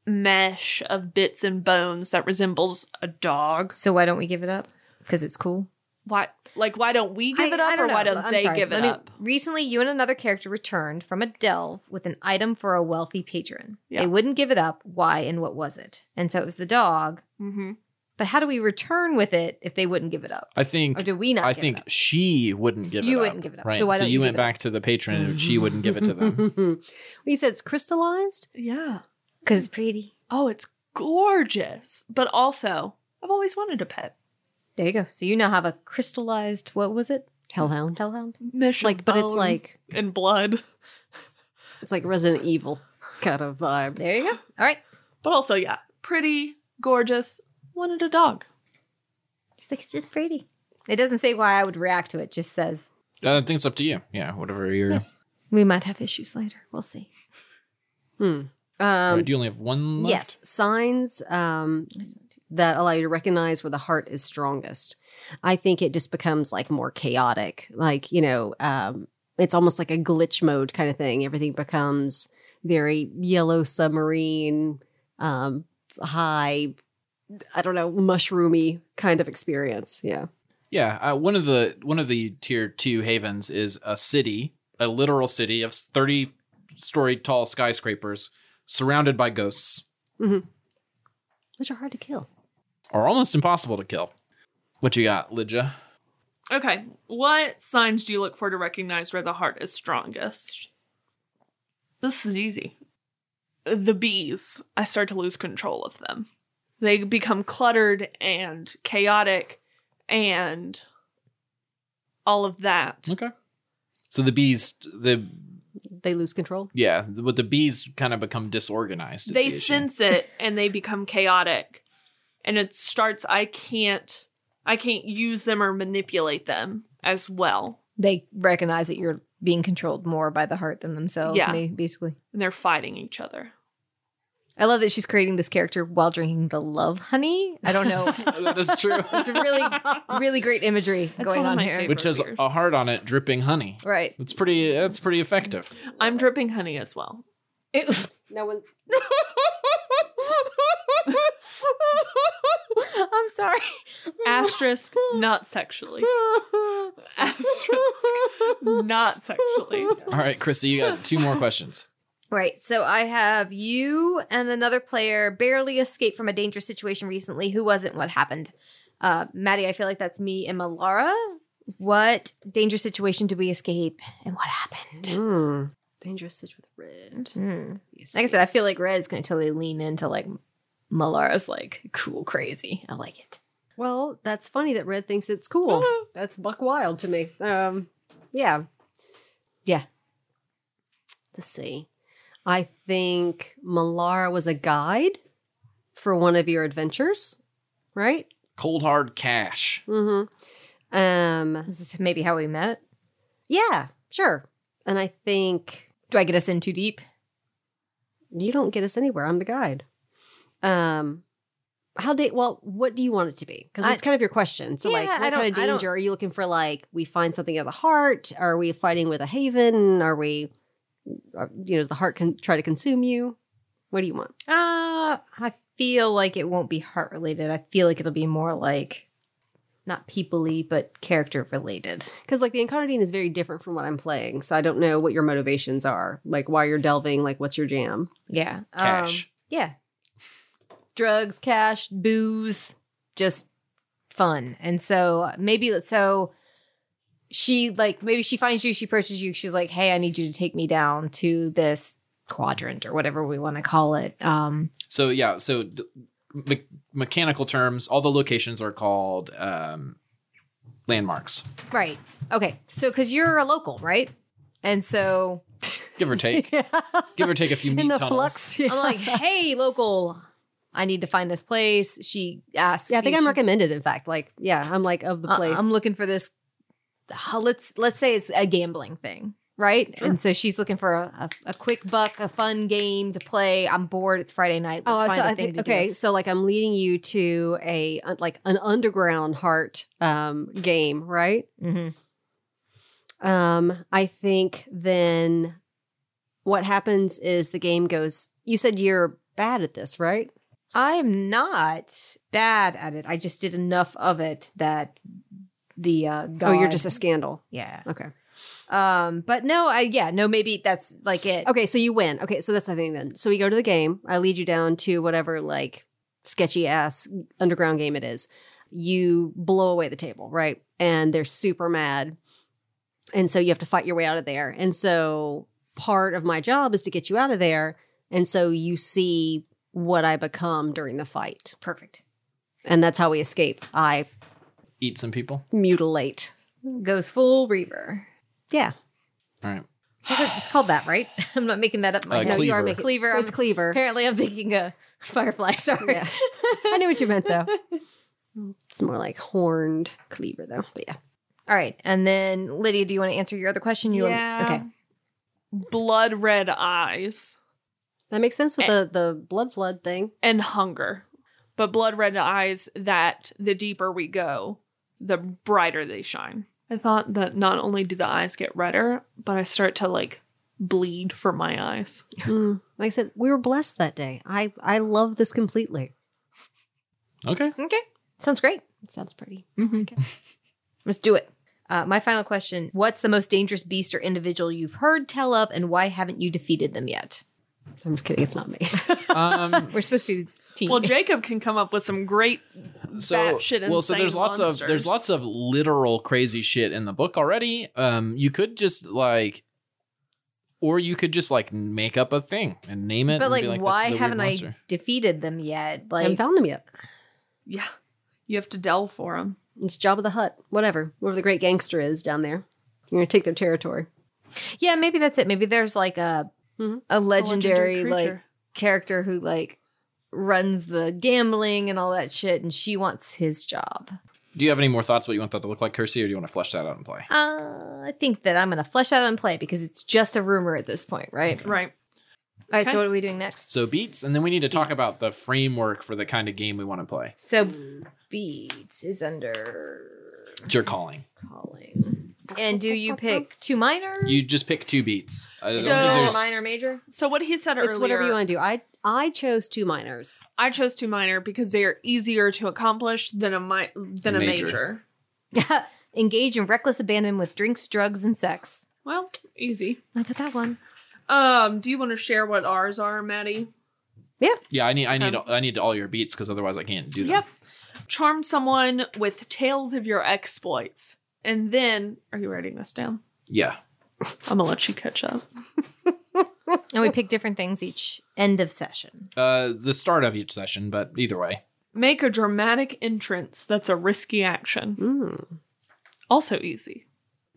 D: mesh of bits and bones that resembles a dog.
A: So why don't we give it up? Because it's cool.
D: Why, like, why don't we give
A: I-
D: it up,
A: I
D: or
A: know.
D: why don't
A: I'm
D: they
A: sorry.
D: give it
A: Let me-
D: up?
A: Recently, you and another character returned from a delve with an item for a wealthy patron.
D: Yeah.
A: They wouldn't give it up. Why and what was it? And so it was the dog.
D: Mm-hmm.
A: But how do we return with it if they wouldn't give it up?
C: I
A: Or
C: think
A: do we not?
C: I
A: give it
C: think
A: up?
C: she wouldn't give it
A: You
C: up.
A: wouldn't give it up.
C: Right.
A: So why don't you
C: went
A: give it up?
C: back to the patron and she wouldn't give it to them.
B: well, you said it's crystallized.
D: Yeah.
A: because it's pretty.
D: Oh, it's gorgeous, but also I've always wanted a pet.
A: There you go. So you now have a crystallized. What was it?
B: Hellhound.
A: Hellhound.
D: Mesh of
B: Like, but it's
D: bone
B: like
D: and blood.
B: it's like Resident Evil kind of vibe.
A: There you go. All right.
D: But also, yeah, pretty, gorgeous. Wanted a dog.
A: She's like, it's just pretty. It doesn't say why I would react to it. Just says
C: Uh, I think it's up to you. Yeah, whatever you're.
A: Yeah. we might have issues later. We'll see.
B: Hmm.
C: All
B: Um,
C: right, do you only have one? Left?
B: yes, signs um, that allow you to recognize where the heart is strongest. I think it just becomes like more chaotic. Like, you know, um, it's almost like a glitch mode kind of thing. Everything becomes very yellow submarine, um, high, I don't know, mushroomy kind of experience. Yeah.
C: Yeah, uh, one of the one of the tier two havens is a city, a literal city of thirty story tall skyscrapers surrounded by ghosts,
B: Which are hard to kill.
C: are almost impossible to kill. What you got, Lidja?
D: Okay, what signs do you look for to recognize where the heart is strongest? This is easy. The bees. I start to lose control of them. They become cluttered and chaotic and all of that.
C: Okay. So the bees, the
B: They lose control.
C: yeah, but the bees kind of become disorganized. is
D: they
C: the issue.
D: sense it and they become chaotic and it starts i can't i can't use them or manipulate them as well
A: They recognize that you're being controlled more by the heart than themselves.
D: Yeah.
A: ma- basically.
D: and they're fighting each other
A: I love that she's creating this character while drinking the love honey. I don't know.
C: that is true.
A: It's a really, really great imagery going
D: one of
A: on
D: my
A: here.
D: favorite.
C: Which has
D: Beers.
C: a heart on it dripping honey.
A: Right.
C: That's pretty. That's pretty effective.
D: i'm dripping honey as well
A: It-
B: No one.
A: I'm sorry.
D: asterisk not sexually asterisk not sexually
C: All right, Chrissy, you got two more questions.
A: Right. So I have you and another player barely escaped from a dangerous situation recently. Who was it? and What happened? Uh, Maddie, I feel like that's me and Malara. What dangerous situation did we escape and what happened?
B: Mm. Dangerous Sitch with red.
A: Hmm. Like I said, I feel like Red's going to totally lean into like Malara's like cool, crazy. I like it.
B: Well, that's funny that Red thinks it's cool. that's buck wild to me. Um, yeah,
A: Yeah.
B: Let's see. I think Malara was a guide for one of your adventures, right?
C: Cold hard cash.
B: Mm-hmm. Um,
A: Is this maybe how we met?
B: yeah, sure. And I think
A: Do I get us in too deep?
B: you don't get us anywhere. I'm the guide. Um, how date? Well, what do you want it to be? Because
A: I-
B: that's kind of your question. So, like,
A: Yeah, I
B: what
A: don't-
B: kind of
A: I don't-
B: danger are you looking for? Like, we find something of the heart. Are we fighting with a haven? Are we, are, you know, does the heart can try to consume you? What do you want?
A: Uh, I feel like it won't be heart related. I feel like it'll be more like not people-y, but character related.
B: Because like the incarnadine is very different from what I'm playing, so I don't know what your motivations are. Like, why you're delving? Like, what's your jam?
A: Yeah. Um,
C: Cash.
A: yeah. Drugs, cash, booze, just fun. And so maybe so she like maybe she finds you, she approaches you, she's like, "Hey, I need you to take me down to this quadrant or whatever we want to call it." Um
C: So yeah, so d- me- mechanical terms, all the locations are called um, landmarks.
A: right. Okay. So cuz you're a local, right? And so
C: give or take, give or take a few meat
B: in the
C: tunnels.
B: flux. Yeah.
A: I'm like, hey, local, I need to find this place. She asks.
B: Yeah, I think
A: if
B: I'm
A: she-
B: recommended. In fact, like, yeah, I'm like of the
A: uh,
B: place.
A: I'm looking for this. uh, Let's let's say it's a gambling thing, right? And so she's looking for a, a, a quick buck, a fun game to play. I'm bored. It's Friday night. Let's
B: Oh,
A: find
B: so
A: a
B: I
A: thing
B: think
A: to do.
B: okay. So like I'm leading you to a un- like an underground heart um, game, right?
A: Mhm.
B: Um, I think then what happens is the game goes. You said you're bad at this, right?
A: I'm not bad at it. I just did enough of it that the uh, God,
B: Oh, you're just a scandal.
A: yeah.
B: Okay.
A: Um, but no, I yeah, no, maybe that's like it.
B: Okay, so you win. Okay, so that's the thing then. So we go to the game. I lead you down to whatever like sketchy ass underground game it is. You blow away the table, right? And they're super mad. And so you have to fight your way out of there. And so part of my job is to get you out of there. And so you see what I become during the fight.
A: Perfect.
B: And that's how we escape. I
C: Eat some people.
B: mutilate.
A: Goes full reaver.
B: Yeah.
C: All right.
A: It's called- It's called that, right? I'm not making that up. in My
C: Uh,
A: head.
B: No, you are
C: Cleaver.
B: making
A: Cleaver.
B: It's
A: I'm-
B: Cleaver.
A: Apparently, I'm thinking a firefly. Sorry.
B: Yeah. I knew what you meant though. It's more like horned cleaver though. But yeah.
A: All right, and then Lydia, do you want to answer your other question? You
D: Yeah.
A: Want, okay?
D: Blood red eyes
B: That makes sense with
D: Eh.
B: the the blood flood thing.
D: and hunger. But blood red eyes that the deeper we go, the brighter they shine. I thought that not only do the eyes get redder, but I start to like bleed from my eyes.
B: Like I said, we were blessed that day. I I love this completely.
C: Okay.
A: Okay, sounds great.
B: It sounds pretty.
A: Let's do it. Uh, my final question: What's the most dangerous beast or individual you've heard tell of, and why haven't you defeated them yet?
B: I'm just kidding. It's not me.
C: Um,
A: We're supposed to be team.
D: Well, Jacob can come up with some great
C: so
D: Batshit
C: well, so there's
D: insane
C: lots of
D: monsters.
C: there's lots of literal crazy shit in the book already. Um, you could just like, or you could just like make up a thing and name it.
A: but
C: and
A: like,
C: be this
A: why
C: is a weird
A: haven't I
C: monster.
A: defeated them yet?
B: I haven't
A: Like,
B: found him yet.
D: Yeah. You have to delve for them.
B: It's Job of the Hut. Whatever. Whoever the great gangster is down there. You're gonna take their territory.
A: yeah, maybe that's it. Maybe there's like a
C: Mm-hmm.
B: Mhm.
A: a legendary like character who like runs the gambling and all that shit and she wants his job.
C: Do you have any more thoughts what you want that to look like, Kirsty, or do you want to flesh that out and play?
A: Uh, I think that I'm gonna flesh out and play because it's just a rumor at this point, right? All
D: Right.
A: right,
D: Okay.
A: so what are we doing next?
C: So beats, and then we need to talk about
A: Beats.
C: the framework for the kind of game we want to play.
A: so beats is under
C: It's your calling.
A: calling. And do you pick two minors?
C: You just pick two beats. I don't
A: Is it
D: So-
C: think
A: either
C: there's-
A: minor major?
D: So what he said
B: It's
D: earlier,
B: whatever you want to do. I I chose two minors.
D: I chose two minor because they are easier to accomplish than a mi- than a
C: Major.
D: major.
A: Engage in reckless abandon with drinks, drugs, and sex.
D: Well, easy.
A: I got that one.
D: Um, do you want to share what ours are, Maddie?
C: yeah, I need I need I need all your beats because otherwise I can't do them.
D: Yep. Charm someone with tales of your exploits. And then, are you writing this down?
C: Yeah.
D: I'm gonna let you catch up.
A: And we pick different things each end of session.
C: Uh, the start of each session, but either way,
D: Make a dramatic entrance. That's a risky action.
B: Mm.
D: Also easy.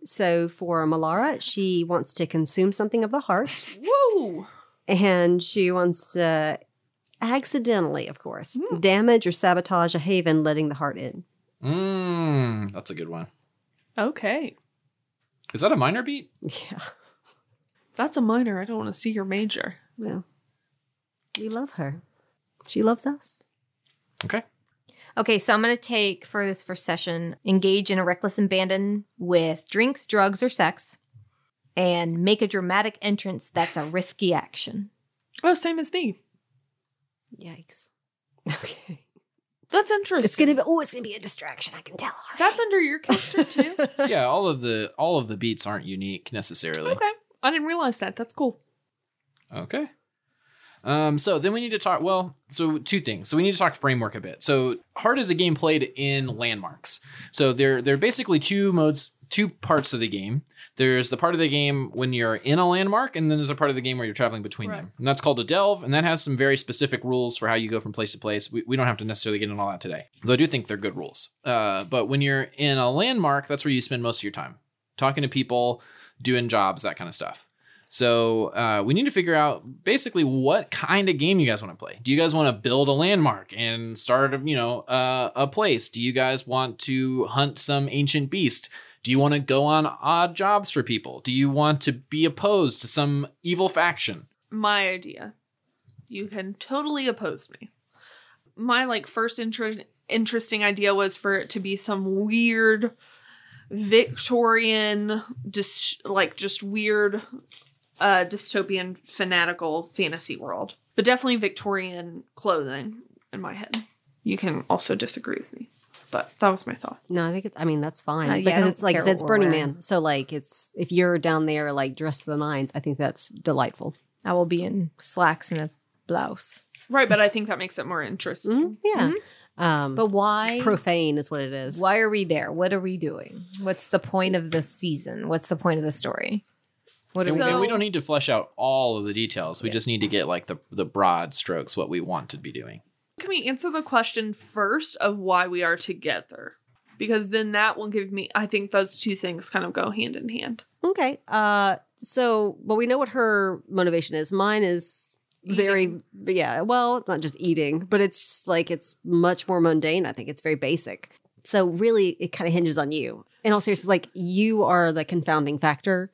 B: So for Malara, she wants to consume something of the heart.
D: Woo!
B: and she wants to accidentally, of course,
D: Hmm.
B: damage or sabotage a haven, letting the heart in.
C: mm, that's a good one.
D: Okay,
C: Is that a minor beat?
B: Yeah.
D: that's a minor. I don't want to see your major.
B: Well, we love her. She loves us.
C: Okay.
A: Okay, so I'm going to take for this first session engage in a reckless abandon with drinks, drugs, or sex, and make a dramatic entrance that's a risky action.
D: Oh, same as me.
B: Yikes. Okay.
D: That's interesting.
B: It's gonna be oh, it's gonna be a distraction. I can tell her.
D: That's under your character too.
C: yeah, all of the all of the beats aren't unique necessarily.
D: okay, I didn't realize that. That's cool.
C: Okay. Um, so then we need to talk. Well, so two things. So we need to talk framework a bit. So hard is a game played in landmarks. So there, there are basically two modes, two parts of the game. There's the part of the game when you're in a landmark, and then there's a part of the game where you're traveling between
D: Right.
C: them. And that's called a delve, and that has some very specific rules for how you go from place to place. We, we don't have to necessarily get into all that today, though I do think they're good rules. Uh, but when you're in a landmark, that's where you spend most of your time talking to people, doing jobs, that kind of stuff. So uh, we need to figure out basically what kind of game you guys want to play. Do you guys want to build a landmark and start, you know, uh, a place? Do you guys want to hunt some ancient beast? Do you want to go on odd jobs for people? Do you want to be opposed to some evil faction?
D: my idea. You can totally oppose me. My like first inter- interesting idea was for it to be some weird Victorian dis- like just weird uh dystopian fanatical fantasy world. But definitely Victorian clothing in my head. You can also disagree with me, but that was my thought.
B: No, I think it's, I mean that's fine
A: Uh, yeah, I
B: because
A: don't
B: it's like I
A: care
B: said, it's
A: what we're
B: Burning
A: wearing.
B: Man. So like it's if you're down there like dressed to the nines, I think that's delightful.
A: I will be in slacks and a blouse.
D: Right, but I think that makes it more interesting.
B: Yeah. Um,
A: But why?
B: profane is what it is.
A: Why are we there? What are we doing? What's the point of this season? What's the point of the story? What are
C: and,
A: we
D: So-
C: and we don't need to flesh out all of the details. We just need to get like the the broad strokes what we want to be doing.
D: Can we answer the question first of why we are together? Because then that will give me, I think those two things kind of go hand in hand.
B: Okay. Uh, so, but we know what her motivation is. Mine is very,
D: Eating.
B: yeah. Well, it's not just eating, but it's just like it's much more mundane. I think it's very basic. So, really, it kind of hinges on you. And also, it's like you are the confounding factor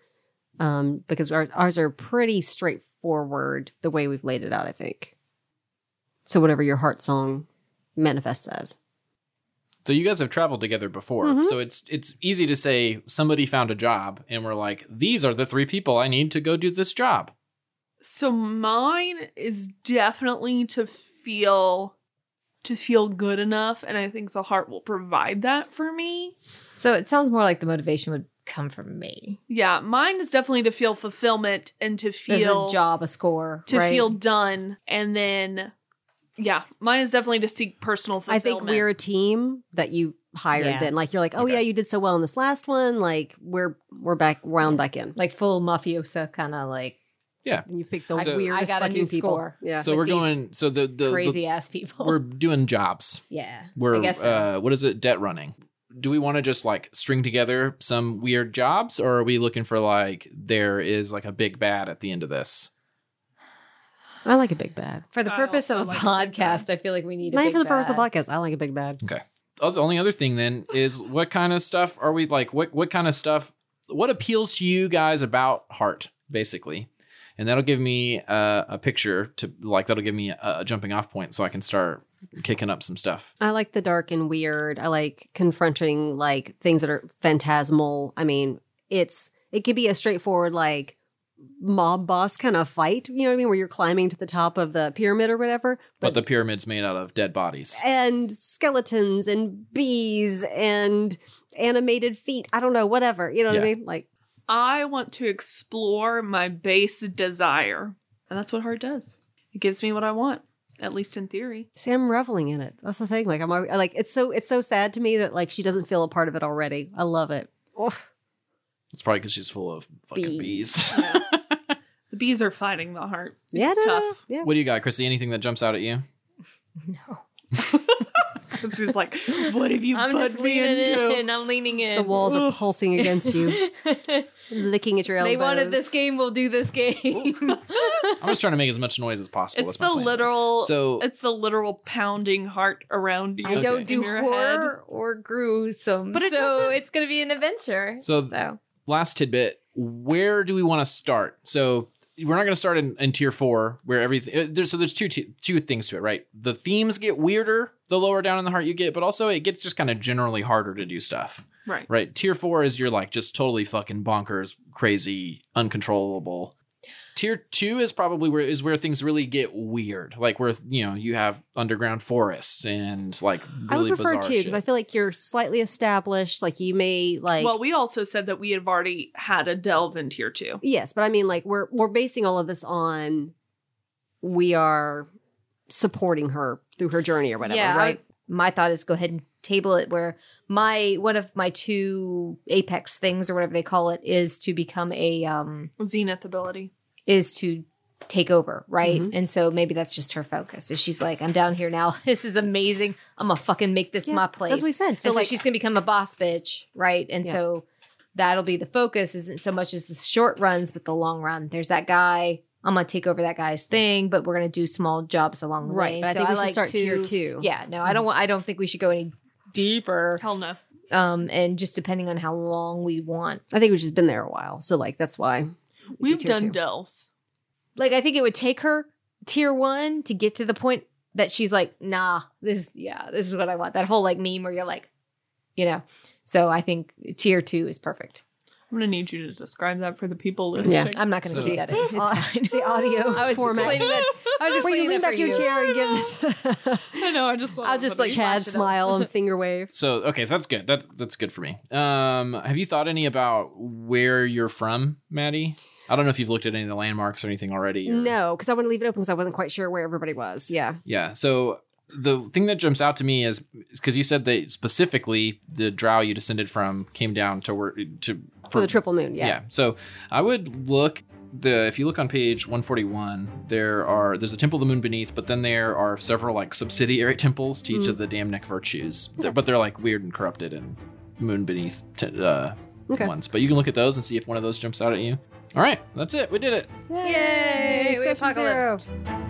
B: um, because our, ours are pretty straightforward the way we've laid it out, I think. So, whatever your heart song manifests as.
C: So you guys have traveled together before.
A: Mm-hmm.
B: Mhm.
C: So it's it's easy to say somebody found a job and we're like, these are the three people I need to go do this job.
D: So mine is definitely to feel to feel good enough and I think the heart will provide that for me.
A: So it sounds more like the motivation would come from me.
D: Yeah, mine is definitely to feel fulfillment and to
A: There's
D: feel
A: a job, a score,
D: to
A: right?
D: feel done and then yeah, mine is definitely to seek personal
B: I
D: fulfillment.
B: think we're a team that you hired
A: Yeah.
B: then. Like you're like, oh
C: Okay.
B: yeah, you did so well in this last one. Like we're we're back round back in.
A: like full mafiosa kind of like
B: And you've picked the
C: So-
B: weirdest
A: I got a
B: fucking
A: new
B: people.
A: score.
B: Yeah.
C: so
A: Like
C: we're
A: these
C: going so the the, the-
A: crazy ass people.
C: we're doing jobs.
A: yeah,
C: We're
A: I guess so.
C: uh what is it? Debt running. Do we want to just like string together some weird jobs or are we looking for like there is like a big bad at the end of this?
B: I like a big bad.
A: for the
D: I
A: purpose
D: also
A: of a
D: like a big
A: podcast. I feel like we need a
B: Not
A: big
B: even for the purpose of
A: bad.
B: the podcast. I like a big bad.
C: Oh, the only other thing then is what kind of stuff are we like what what kind of stuff what appeals to you guys about heart basically and that'll give me uh, a picture to like that'll give me a, a jumping off point so i can start kicking up some stuff
B: I like the dark and weird. I like confronting like things that are phantasmal. I mean, it's it could be a straightforward like mob boss kind of fight. You know what I mean? Where you're climbing to the top of the pyramid or whatever.
C: but, the pyramid's made out of dead bodies
B: and skeletons and bees and animated feet. I don't know, whatever. You know what
C: Yeah.
B: I mean? Like,
D: I want to explore my base desire. And that's what heart does. It gives me what I want, at least in theory.
B: see, I'm reveling in it. That's the thing. Like, I'm alre- like, it's so it's so sad to me that like she doesn't feel a part of it already. I love it.
C: it's probably because she's full of fucking
B: Bees.
C: bees
D: The bees are fighting the heart. It's
B: yeah, no, no,
D: tough.
B: yeah.
C: what do you got chrissy anything that jumps out at you
A: No,
D: It's just like, what have you put me into?
A: I'm leaning
B: Just the walls are pulsing against you, licking at your elbows.
A: they wanted this game. We'll do this game.
C: i'm just trying to make as much noise as possible
D: It's
C: That's my
D: the
C: plan.
D: literal
C: so
D: it's the literal pounding heart around you.
A: I
C: Okay.
A: don't do
D: in your
A: horror
D: head.
A: or gruesome,
D: But
A: but
D: it
A: so
D: doesn't-
A: it's going to be an adventure.
C: So-
A: so
C: last tidbit where do we want to start so we're not going to start in, in tier four where everything uh, there's so there's two t- two things to it right the themes get weirder the lower down in the heart you get but also it gets just kind of generally harder to do stuff
D: Right.
C: right tier four is you're like just totally fucking bonkers crazy uncontrollable tier two is probably where is where things really get weird like where you know you have underground forests and like
B: I
C: really
B: would prefer
C: bizarre
B: to because I
C: shit.
B: feel like you're slightly established. Like you may like.
D: well, we also said that we have already had a delve in tier two.
B: Yes, but I mean, like we're we're basing all of this on we are supporting her through her journey or whatever,
A: I
B: right?
A: was- my thought is go ahead and table it where my one of my two apex things or whatever they call it is to become a um
D: Zenith ability.
A: is to take over, right?
B: Mhm.
A: And so maybe that's just her focus. Is she's like, I'm down here now. This is amazing. I'm gonna fucking make this
B: Yeah,
A: my place.
B: That's what we said.
A: so
B: So
A: like
B: like
A: she's gonna become a boss bitch, right? And
B: Yeah.
A: so that'll be the focus isn't so much as the short runs but the long run there's that guy i'm gonna take over that guy's thing but we're gonna do small jobs along the way
B: Right, but oh, I
A: So
B: think we should
A: like
B: start
A: to-
B: tier two. Mm-hmm.
A: yeah no i don't want i don't think we should go any deeper
D: Hell no.
A: um and just depending on how long we want
B: I think we've just been there a while, so like that's why it'd be
D: We've
B: tier
D: done
B: two.
D: delves.
A: like i think it would take her tier one to get to the point that she's like nah this yeah this is what i want that whole like meme where you're like you know so i think tier two is perfect
D: I'm gonna need you to describe that for the people
B: Yeah.
D: listening.
A: i'm not gonna
C: So-
A: do that in. it's
B: Uh,
A: fine
B: the audio
A: i was
B: format.
A: explaining that i was
B: Where
A: explaining
B: you lean
A: that for
B: back your
A: you.
B: chair and give this
D: I know. I just. thought
A: I'll
D: it was
A: just,
D: funny.
A: like,
B: Chad
A: flash it up.
B: smile and finger wave.
C: So okay, so that's good. That's that's good for me. Um, have you thought any about where you're from, Maddie? I don't know if you've looked at any of the landmarks or anything already. or-
B: No, because I want to leave it open because I wasn't quite sure where everybody was. Yeah.
C: Yeah. So the thing that jumps out to me is because you said that specifically the drow you descended from came down to where to
B: For the triple moon, yeah.
C: So I would look the if you look on page 141, there are there's a temple of the moon beneath, but then there are several like subsidiary temples to each
B: Mm.
C: of the damn neck virtues. They're- But they're like weird and corrupted and moon beneath t- uh,
B: Okay.
C: ones. But you can look at those and see if one of those jumps out at you. All right, that's it. We did it.
A: Yay, we
B: session zero.
A: apocalypsed.